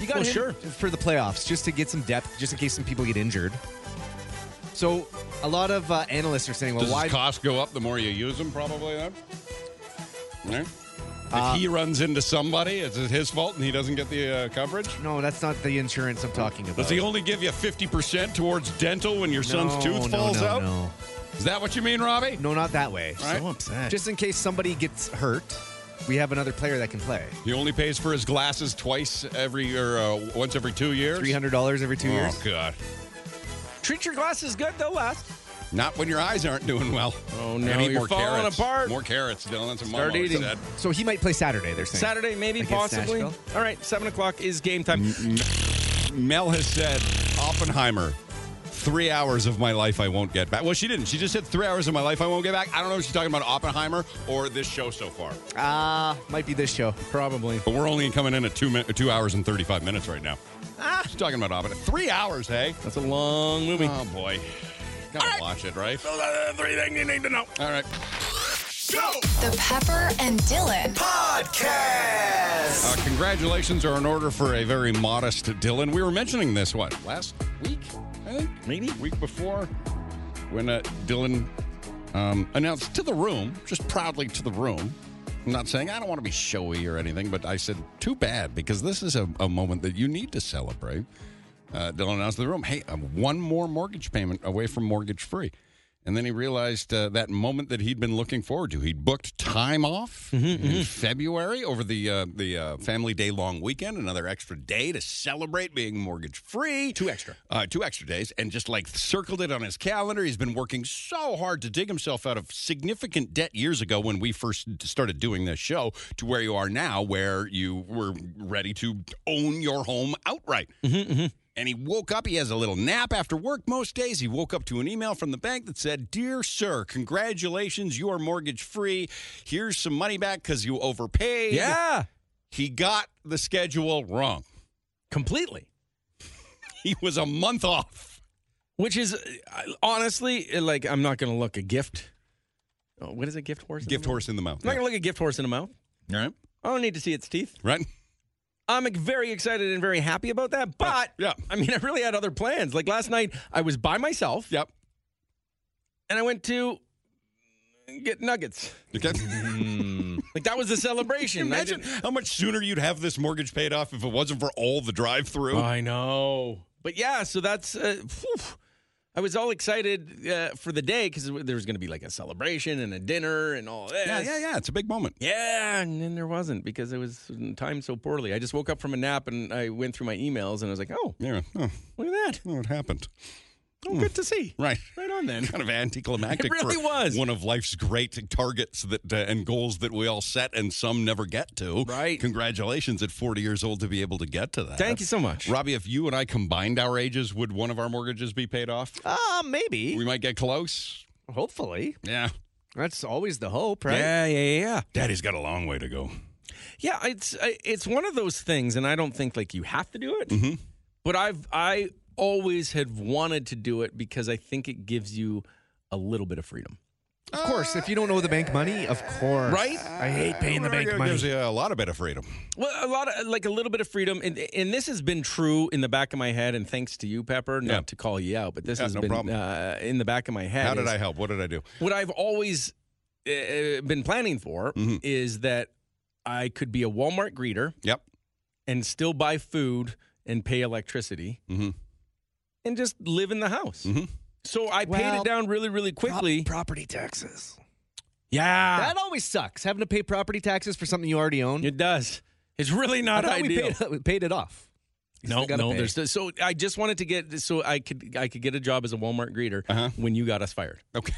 You got Oh, Well, him sure. for the playoffs just to get some depth, just in case some people get injured. So a lot of uh, analysts are saying, well, Does why? his cost go up the more you use them? Probably. Then. Yeah. If he runs into somebody, it's his fault, and he doesn't get the uh, coverage. no, that's not the insurance I'm talking about. Does he only give you fifty percent towards dental when your son's No, tooth no, falls no, out? No. Is that what you mean, Robbie? no, not that way. All right. upset. Just in case somebody gets hurt, we have another player that can play. He only pays for his glasses twice every or uh, once every two years. $300 every two years. Oh god! treat your glasses good. They'll last. Not when your eyes aren't doing well. Oh, no, I need you're more falling carrots. apart. More carrots, Dylan. That's what Mom Start always eating. said. So he might play Saturday, they're saying. Saturday, maybe, Against possibly. Nashville? All right, 7 o'clock is game time. Mel has said Oppenheimer. Three hours of my life I won't get back. Well, she didn't. She just said three hours of my life I won't get back. I don't know if she's talking about Oppenheimer or this show so far. Ah, might be this show. Probably. But we're only coming in at two min- two hours and thirty five minutes right now. Ah, she's talking about Oppenheimer. Three hours, hey? That's a long movie. Oh boy, gotta watch it, right? Those are the three things you need to know. All right. The Pepper and Dylan. Podcast! Uh, congratulations are in order for a very modest Dylan. We were mentioning this what last week, I think, Maybe. week before, when uh, Dylan um, announced to the room, just proudly to the room. I'm not saying I don't want to be showy or anything, but I said, too bad, because this is a, a moment that you need to uh, celebrate. Uh, Dylan announced to the room, hey, I'm one more mortgage payment away from mortgage free. And then he realized uh, that moment that he'd been looking forward to. He'd booked time off in February over the uh, the uh, family day long weekend, another extra day to celebrate being mortgage free. Two extra, uh, two extra days, and just like circled it on his calendar. He's been working so hard to dig himself out of significant debt years ago when we first started doing this show to where you are now, where you were ready to own your home outright. And he woke up. He has a little nap after work most days. He woke up to an email from the bank that said, Dear sir, congratulations, you are mortgage free. Here's some money back because you overpaid. Yeah. He got the schedule wrong. Completely. he was a month off. Which is uh, honestly like I'm not going to look a gift. oh, What is a gift horse? Gift horse in the mouth. I'm not going to look a gift horse in the mouth. All right. I don't need to see its teeth. Right. I'm very excited and very happy about that. But yeah, I mean, I really had other plans. Like last night, I was by myself. Yep. And I went to get nuggets. Okay. Hmm. like that was the celebration. I Imagine didn't- how much sooner you'd have this mortgage paid off if it wasn't for all the drive through. I know. But yeah, so that's. Uh, phew. I was all excited uh, for the day because there was going to be like a celebration and a dinner and all this. yeah, yeah, yeah. It's a big moment. Yeah, and then there wasn't because it was timed so poorly. I just woke up from a nap and I went through my emails and I was like, oh, Yeah. Oh, look at that. oh, it happened. Oh, good to see. Right. Right on then. kind of anticlimactic. It really for was. one of life's great targets that uh, and goals that we all set and some never get to. Right. Congratulations at 40 years old to be able to get to that. Thank you so much. Robbie. If you and I combined our ages, would one of our mortgages be paid off? Ah, maybe. We might get close. Hopefully. Yeah, That's always the hope, right? Yeah, yeah, yeah, yeah. Daddy's got a long way to go. Yeah, it's I- it's one of those things, and I don't think like you have to do it. But I've I always have wanted to do it because I think it gives you a little bit of freedom. Of course. If you don't know the bank money, of Uh, course. Right? I hate paying the bank Gives money. you a lot of bit of freedom. Well, a lot of like a little bit of freedom, and and this has been true in the back of my head. And thanks to you, Pepper, not Yeah. to call you out, but this Yeah, has no been problem. Uh, in the back of my head. How did is I help? What did I do? What I've always uh, been planning for Mhm. is that I could be a Walmart greeter Yep. and still buy food and pay electricity. Mm-hmm. and just live in the house. Mhm. So I paid Well, it down really, really Ah. quickly. property taxes. yeah, That always sucks. Having to pay property taxes for something you already own. it does. It's really I not thought we ideal. paid, we paid it off. You No, still gotta no. pay. There's still- so I just wanted to get so I could I could get a job as a Walmart greeter Uh-huh. when you got us fired. Okay.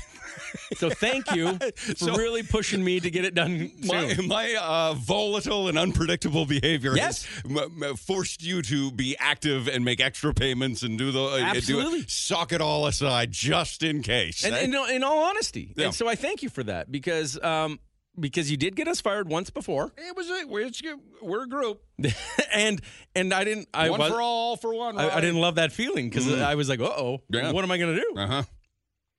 So thank you for So- really pushing me to get it done My, soon. my uh, volatile and unpredictable behavior Yes. has m- m- forced you to be active and make extra payments and do the uh, do it- Absolutely. sock it all aside just in case. And, That- and in all honesty, Yeah. and so I thank you for that because um, because you did get us fired once before, it was a, we're, it's a- we're a group. and and I didn't I one was for all, all for one. I, I didn't love that feeling because I was like, uh oh, Yeah. what am I gonna do? Uh huh.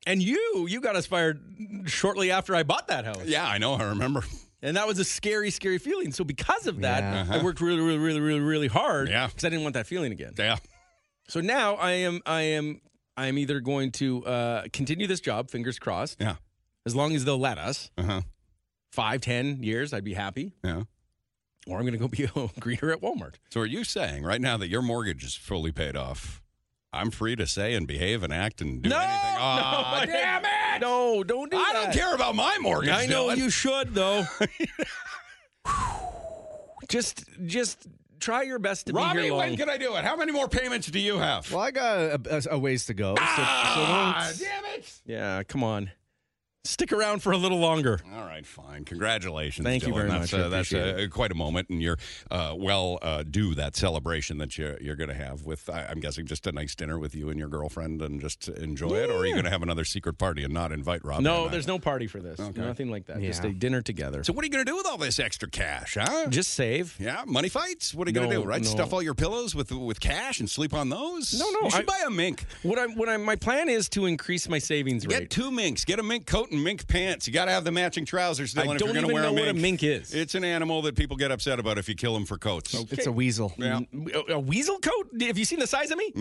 And you, you got us fired shortly after I bought that house. Yeah, I know. I remember. And that was a scary, scary feeling. So because of that, Yeah. I worked really, really, really, really, really hard. Uh-huh. Yeah. Because I didn't want that feeling again. Yeah. So now I am, I am, I am either going to uh, continue this job, fingers crossed. Yeah. As long as they'll let us, Uh huh. five, ten years, I'd be happy. Yeah. Or I'm going to go be a greeter at Walmart. So are you saying right now that your mortgage is fully paid off? I'm free to say and behave and act and do no, anything. no, Aw, I- damn it! No, don't do I that. don't care about my mortgage. I know Dylan. you should though. just just try your best to be Robbie, here when long. can I do it? How many more payments do you have? Well, I got a, a- a ways to go. so- Ah, so, don't. damn it! yeah, come on. Stick around for a little longer. All right, fine. Congratulations. Thank you Dylan. very that's, much. I Uh, that's appreciate uh, quite a moment, and you're uh, well uh, due that celebration that you're, you're going to have with, I, I'm guessing, just a nice dinner with you and your girlfriend and just enjoy it? Or are you going to have another secret party and not invite Robbie? No, and I? there's no party for this. Okay. Nothing like that. Just Yeah. a dinner together. So, what are you going to do with all this extra cash, huh? just save. yeah, money fights. What are you gonna No, do? Right, no. stuff all your pillows with with cash and sleep on those. No, no, You should I- buy a mink. What I'm what I'm my plan is to increase my savings Get rate. two minks. Get a mink coat and and mink pants. You got to have the matching trousers. Dylan, I if don't you're gonna even wear know what a mink is. It's an animal that people get upset about if you kill them for coats. It's a weasel. Yeah. A, a weasel coat? Have you seen the size of me?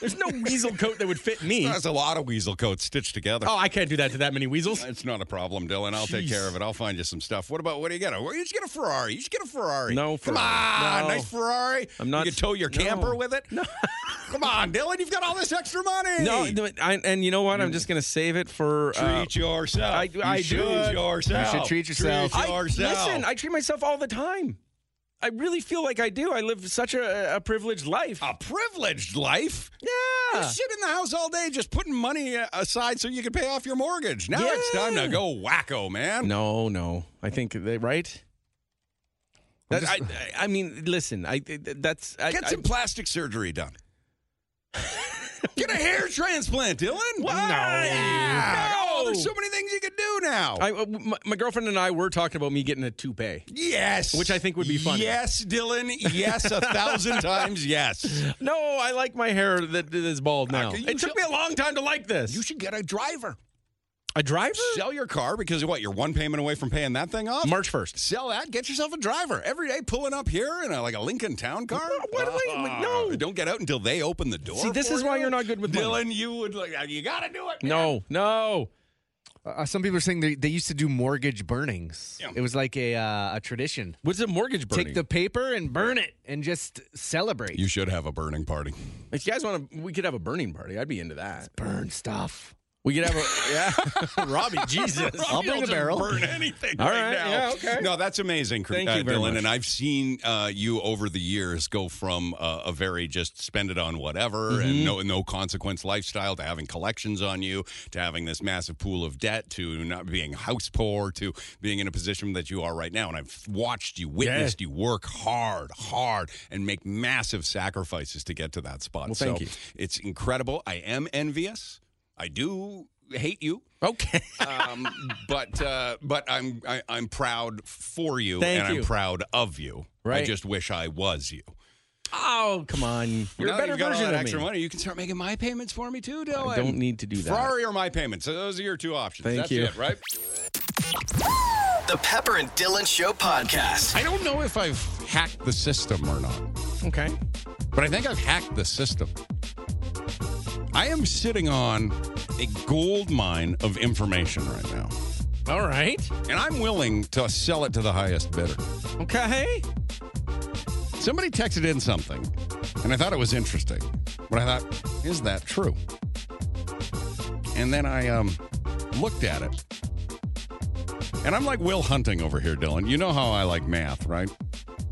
There's no weasel coat that would fit me. That's a lot of weasel coats stitched together. Oh, I can't do that to that many weasels. It's not a problem, Dylan. I'll take Jeez. care of it. I'll find you some stuff. What about what do you get? Well, you just get a Ferrari. You just get a Ferrari. No Come Ferrari. on, No. nice Ferrari. I'm not- You can tow your camper No. with it. No. Come on, Dylan. You've got all this extra money. No, no I, and you know what? I'm just going to save it for. uh, Treat yourself. I- You I do. should yourself. You should treat yourself. Treat I, yourself. listen, I treat myself all the time. I really feel like I do. I live such a, a privileged life. a privileged life. Yeah. You sit in the house all day just putting money uh, aside so you can pay off your mortgage. Now it's Yeah. time to go wacko, man. No, no. I think they right. That, I, I- I mean, listen. I that's I, Get I- some plastic surgery done. Get a hair transplant, Dylan. What? Yeah. No. There's so many things you could do now. I- uh, my, my girlfriend and I were talking about me getting a toupee. yes. Which I think would be funny. Yes, Dylan. Yes, a thousand times yes. No, I like my hair that that is bald now. Okay, you It took should- me a long time to like this. You should get a driver. a driver? Sell your car because of what? You're one payment away from paying that thing off? March first. Sell that. Get yourself a driver. Every day pulling up here in a, like a Lincoln Town car. What am I- no. Don't get out until they open the door. See, this for is why you. you're not good with Dylan. money. You would like. You gotta do it. No, no. Uh, some people are saying they, they used to do mortgage burnings. Yeah. It was like a uh, a tradition. What's a mortgage burning? Take the paper and burn it, and just celebrate. You should have a burning party. If you guys want to, we could have a burning party. I'd be into that. burn stuff. We could have a yeah, Robbie. Jesus, I'll bring a barrel. burn anything All right, right, now. yeah, okay. No, that's amazing, Cr- Thank uh, you very Dylan. much. And I've seen uh, you over the years go from uh, a very just spend it on whatever Mm-hmm. and no no consequence lifestyle to having collections on you to having this massive pool of debt to not being house poor to being in a position that you are right now. And I've watched you, witnessed you work hard, hard, and make massive sacrifices to get to that spot. Well, thank so you. it's incredible. I am envious. I do hate you Okay. um, but uh, but I'm I, I'm proud for you, Thank and you. I'm proud of you. I Right. just wish I was you. Oh, come on. You're Now that a better you've got all version that of extra me. money. You can start making my payments for me too, Dylan. I don't need to do that. Ferrari or my payments. So those are your two options. Thank That's you. it, right? The Pepper and Dylan Show podcast. I don't know if I've hacked the system or not, Okay. but I think I've hacked the system. I am sitting on a gold mine of information right now, All right. and I'm willing to sell it to the highest bidder. Okay. Somebody texted in something, and I thought it was interesting, but I thought, is that true? And then I um, looked at it, and I'm like Will Hunting over here, Dylan. You know how I like math, right?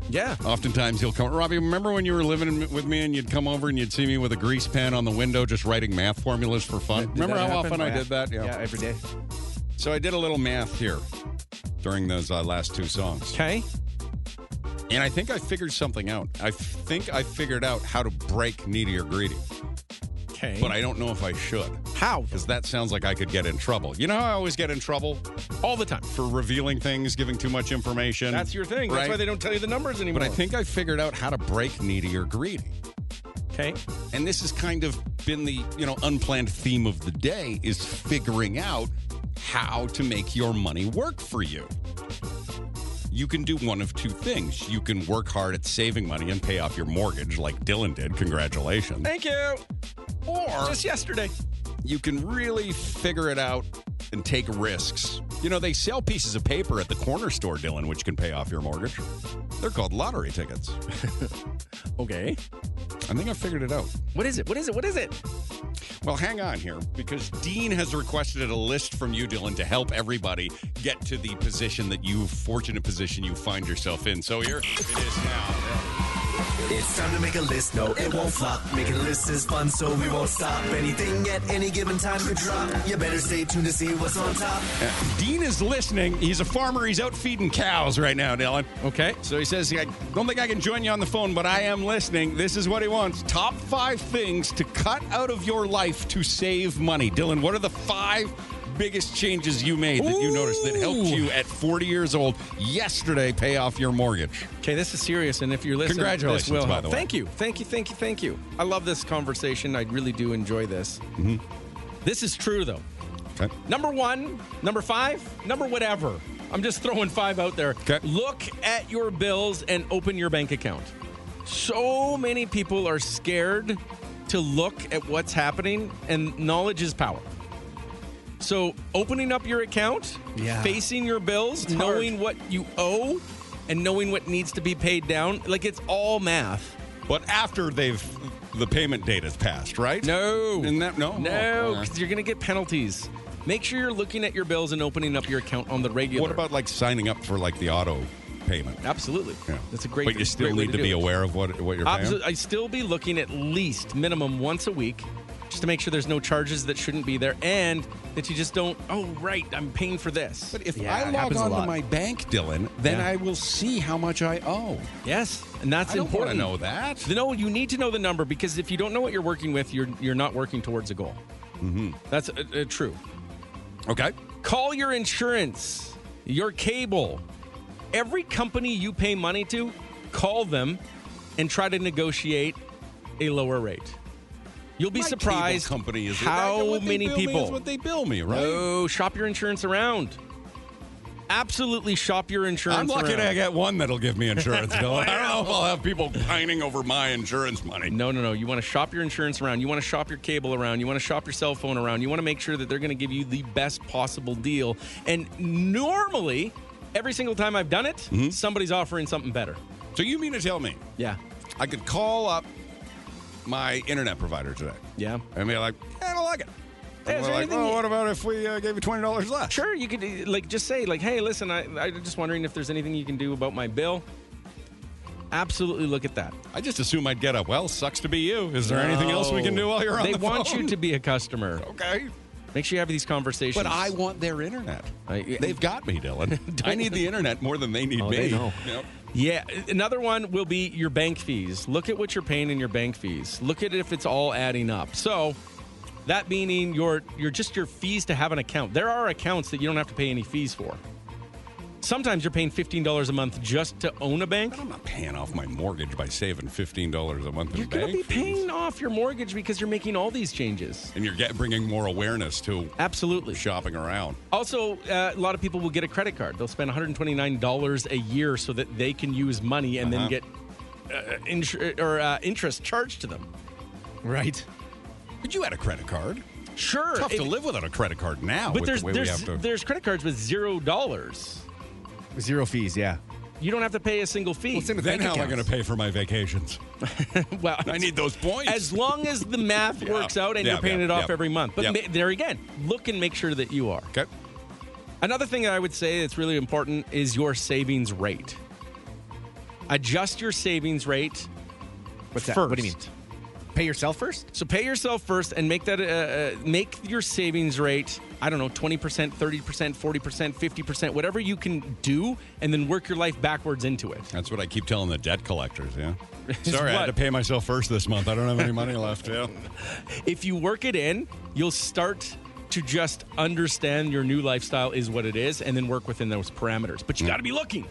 Yeah. Oftentimes he'll come. Robbie, remember when you were living in- with me and you'd come over and you'd see me with a grease pen on the window just writing math formulas for fun? remember how often I did that? Yeah, every day. So I did a little math here during those uh, last two songs. Okay. And I think I figured something out. I f- think I figured out how to break needy or greedy, Okay. but I don't know if I should how? because that sounds like I could get in trouble. You know how I always get in trouble All the time. for revealing things, giving too much information? That's your thing. That's Right. why they don't tell you the numbers anymore. But I think I figured out how to break needy or greedy. Okay. And this has kind of been the, you know, unplanned theme of the day is figuring out how to make your money work for you. You can do one of two things. You can work hard at saving money and pay off your mortgage like Dylan did. Congratulations. Thank you. Or Just yesterday. you can really figure it out and take risks. You know, they sell pieces of paper at the corner store, Dylan, which can pay off your mortgage. They're called lottery tickets. Okay. I think I figured it out. What is it? What is it? What is it? Well, hang on here because Dean has requested a list from you, Dylan, to help everybody get to the position that you fortunate position you find yourself in. So here it is now. It's time to make a list, no, it won't flop. Making a list is fun, so we won't stop. Anything at any given time could drop. You better stay tuned to see what's on top. Uh, Dean is listening. He's a farmer. He's out feeding cows right now, Dylan. Okay. So he says, I don't think I can join you on the phone, but I am listening. This is what he wants. Top five things to cut out of your life to save money. Dylan, what are the five biggest changes you made that you noticed that helped Ooh. you at 40 years old yesterday pay off your mortgage? Okay, this is serious, and if you're listening, Congratulations, this will by help. the way. Thank you, thank you, thank you, thank Mm-hmm. you. I love this conversation. I really do enjoy this. This is true, though. Okay. Number one, number five, number whatever. I'm just throwing five out there. Okay. Look at your bills and open your bank account. So many people are scared to look at what's happening, and knowledge is power. So opening up your account, Yeah. facing your bills, knowing what you owe, and knowing what needs to be paid down, like it's all math. But after they've the payment date has passed, right? No. Isn't that no? No, Oh, okay. because you're going to get penalties. Make sure you're looking at your bills and opening up your account on the regular. What about like signing up for like the auto payment? Absolutely. Yeah. That's a great. But you still great way need to, do be it. aware of what what you're paying. Absol- I still be looking at least minimum once a week, just to make sure there's no charges that shouldn't be there, and that you just don't. Oh, right, I'm paying for this. But if I log on to my bank, Dylan, then Yeah. I will see how much I owe. Yes, and that's I don't wanna important. know that. No, you need to know the number because if you don't know what you're working with, you're you're not working towards a goal. Mm-hmm. That's uh, uh, true. Okay. Call your insurance, your cable, every company you pay money to. Call them and try to negotiate a lower rate. You'll be My cable surprised company is how what they many bill me people is what they bill me, right? No, shop your insurance around. Absolutely, shop your insurance. I'm lucky around. to get one that'll give me insurance, Dylan. I don't know if I'll have people pining over my insurance money. No, no, no. You want to shop your insurance around. You want to shop your cable around. You want to shop your cell phone around. You want to make sure that they're going to give you the best possible deal. And normally, every single time I've done it, Mm-hmm. somebody's offering something better. So you mean to tell me Yeah. I could call up my internet provider today Yeah. and be like, I don't like it. Hey, is And there we're like, anything "Oh, you- what about if we uh, gave you twenty dollars less? Sure, you could uh, like just say like, "Hey, listen, I I'm just wondering if there's anything you can do about my bill." Absolutely, look at that. I just assume I'd get a well. Sucks to be you. Is there anything else we can do while you're on They the want phone? you to be a customer. Okay. Make sure you have these conversations. But I want their internet. I- They've got me, Dylan. I need the internet more than they need Oh, me. they know. Yep. Yeah, another one will be your bank fees. Look at what you're paying in your bank fees. Look at if it's all adding up. So, that meaning your your just your fees to have an account. There are accounts that you don't have to pay any fees for. Sometimes you're paying $15 a month just to own a bank. But I'm not paying off my mortgage by saving fifteen dollars a month You're in going to bank be fees. paying off your mortgage because you're making all these changes. and you're get, bringing more awareness to Absolutely. shopping around. Also, uh, a lot of people will get a credit card. They'll spend $129 a year so that they can use money and Uh-huh. then get uh, insur- or uh, interest charged to them. Right. But you had a credit card. Sure, Tough it- to live without a credit card now. but with there's the way we there's have to- there's credit cards with zero dollars. Zero fees, yeah. You don't have to pay a single fee. Well, same with then bank how am I accounts. going to pay for my vacations? well, I need those points. as long as the math Yeah. works out and Yeah, you're paying yeah, it off yeah. every month. But Yeah. ma- there again, look and make sure that you are. okay. Another thing that I would say that's really important is your savings rate. Adjust your savings rate What's that? first. What do you mean? Pay yourself first? So pay yourself first and make that uh, uh, make your savings rate I don't know 20%, 30%, 40%, 50%, whatever you can do and then work your life backwards into it. That's what I keep telling the debt collectors. Yeah. Sorry, I had what? to pay myself first this month. I don't have any money left. Yeah. if you work it in, you'll start to just understand your new lifestyle is what it is and then work within those parameters. But you got to be looking.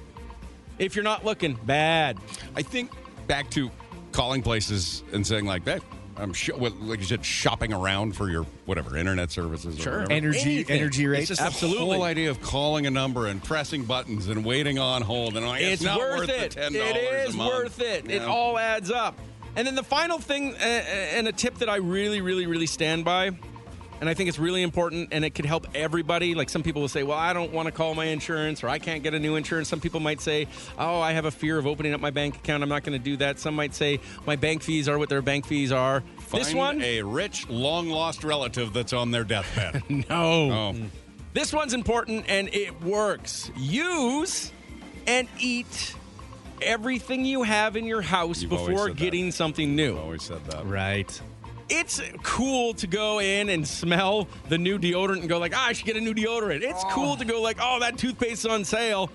If you're not looking, bad. I think back to calling places and saying like that. I'm sure, well, like you said, shopping around for your whatever internet services. Or whatever. Energy Anything. energy Oh, rates. It's just the Absolutely. whole idea of calling a number and pressing buttons and waiting on hold. And like, it's, It's, not worth, the it. $10 It a is month. worth it. It Yeah. all adds up. And then the final thing, uh, and a tip that I really, really, really stand by, and I think it's really important, and it could help everybody. Like some people will say, "Well, I don't want to call my insurance, or I can't get a new insurance." Some people might say, "Oh, I have a fear of opening up my bank account. I'm not going to do that." Some might say, "My bank fees are what their bank fees are." this Find one, a rich, long lost relative that's on their deathbed. no. oh, This one's important and it works. Use and eat everything you have in your house You've always before said that. getting something new. I always said that. Right. It's cool to go in and smell the new deodorant and go like, ah, I should get a new deodorant. It's cool to go like, oh, that toothpaste's on sale.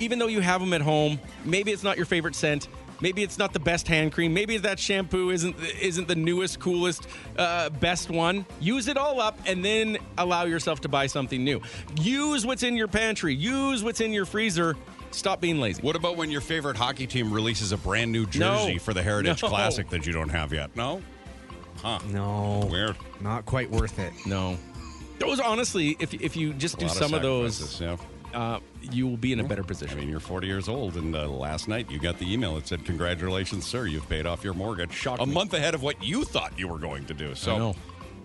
Even though you have them at home, maybe it's not your favorite scent. Maybe it's not the best hand cream. Maybe that shampoo isn't isn't the newest, coolest, uh, best one. Use it all up and then allow yourself to buy something new. Use what's in your pantry. Use what's in your freezer. Stop being lazy. What about when your favorite hockey team releases a brand new jersey for the Heritage No. Classic that you don't have yet? No? Huh. No. Weird. Not quite worth it. No. Those honestly, if if you just do lot of some of those, sacrifices, uh, you will be in a better position. I mean, you're 40 years old, and uh, last night you got the email that said, "Congratulations, sir! You've paid off your mortgage." a month ahead of what you thought you were going to do. So, know.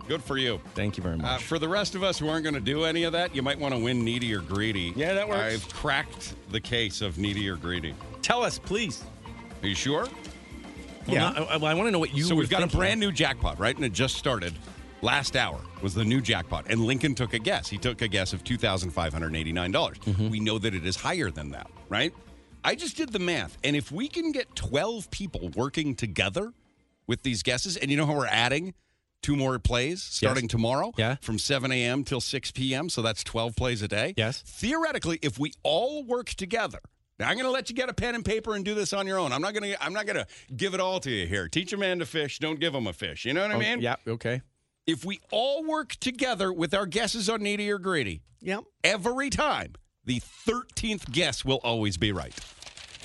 good for you. Thank you very much. Uh, for the rest of us who aren't going to do any of that, you might want to win needy or greedy. Yeah, that works. I've cracked the case of needy or greedy. Tell us, please. Are you sure? Well, not- I, want to know what you. so were we've got thinking. a brand new jackpot, right? And it just started. Last hour was the new jackpot, and Lincoln took a guess. He took a guess of two thousand five hundred eighty-nine dollars. Mm-hmm. We know that it is higher than that, right? I just did the math, and if we can get twelve people working together with these guesses, and you know how we're adding two more plays starting tomorrow, yeah, from seven a.m. till six p.m. So that's twelve plays a day. Yes. Theoretically, if we all work together. Now I'm going to let you get a pen and paper and do this on your own. I'm not going to. I'm not going to give it all to you here. Teach a man to fish. Don't give him a fish. You know what I Oh, mean? Yeah. Okay. If we all work together with our guesses on needy or greedy, Yep. every time the thirteenth guess will always be right.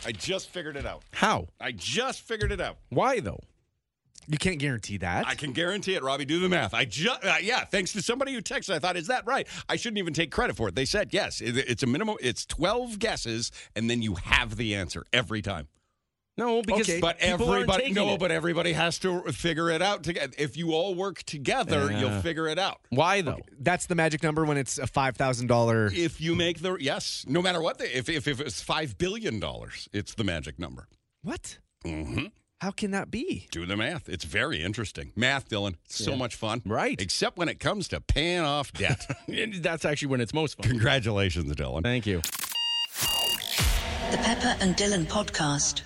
I just figured it out. How? I just figured it out. Why though? You can't guarantee that. I can guarantee it, Robbie. Do the math. I just uh, yeah. Thanks to somebody who texted, I thought, is that right? I shouldn't even take credit for it. They said yes. It- it's a minimum. It's twelve guesses, and then you have the answer every time. No, because Okay, But people aren't everybody taking no, it. but everybody has to figure it out together. If you all work together, you'll figure it out. why though? That's the magic number when it's a five thousand dollar. If you make the yes, no matter what, the, if if if it's five billion dollars, it's the magic number. What? Mhm. How can that be? Do the math. It's very interesting. Math, Dylan. It's so much fun. Right. Except when it comes to paying off debt. That's actually when it's most fun. Congratulations, Dylan. Thank you. The Pepper and Dylan Podcast.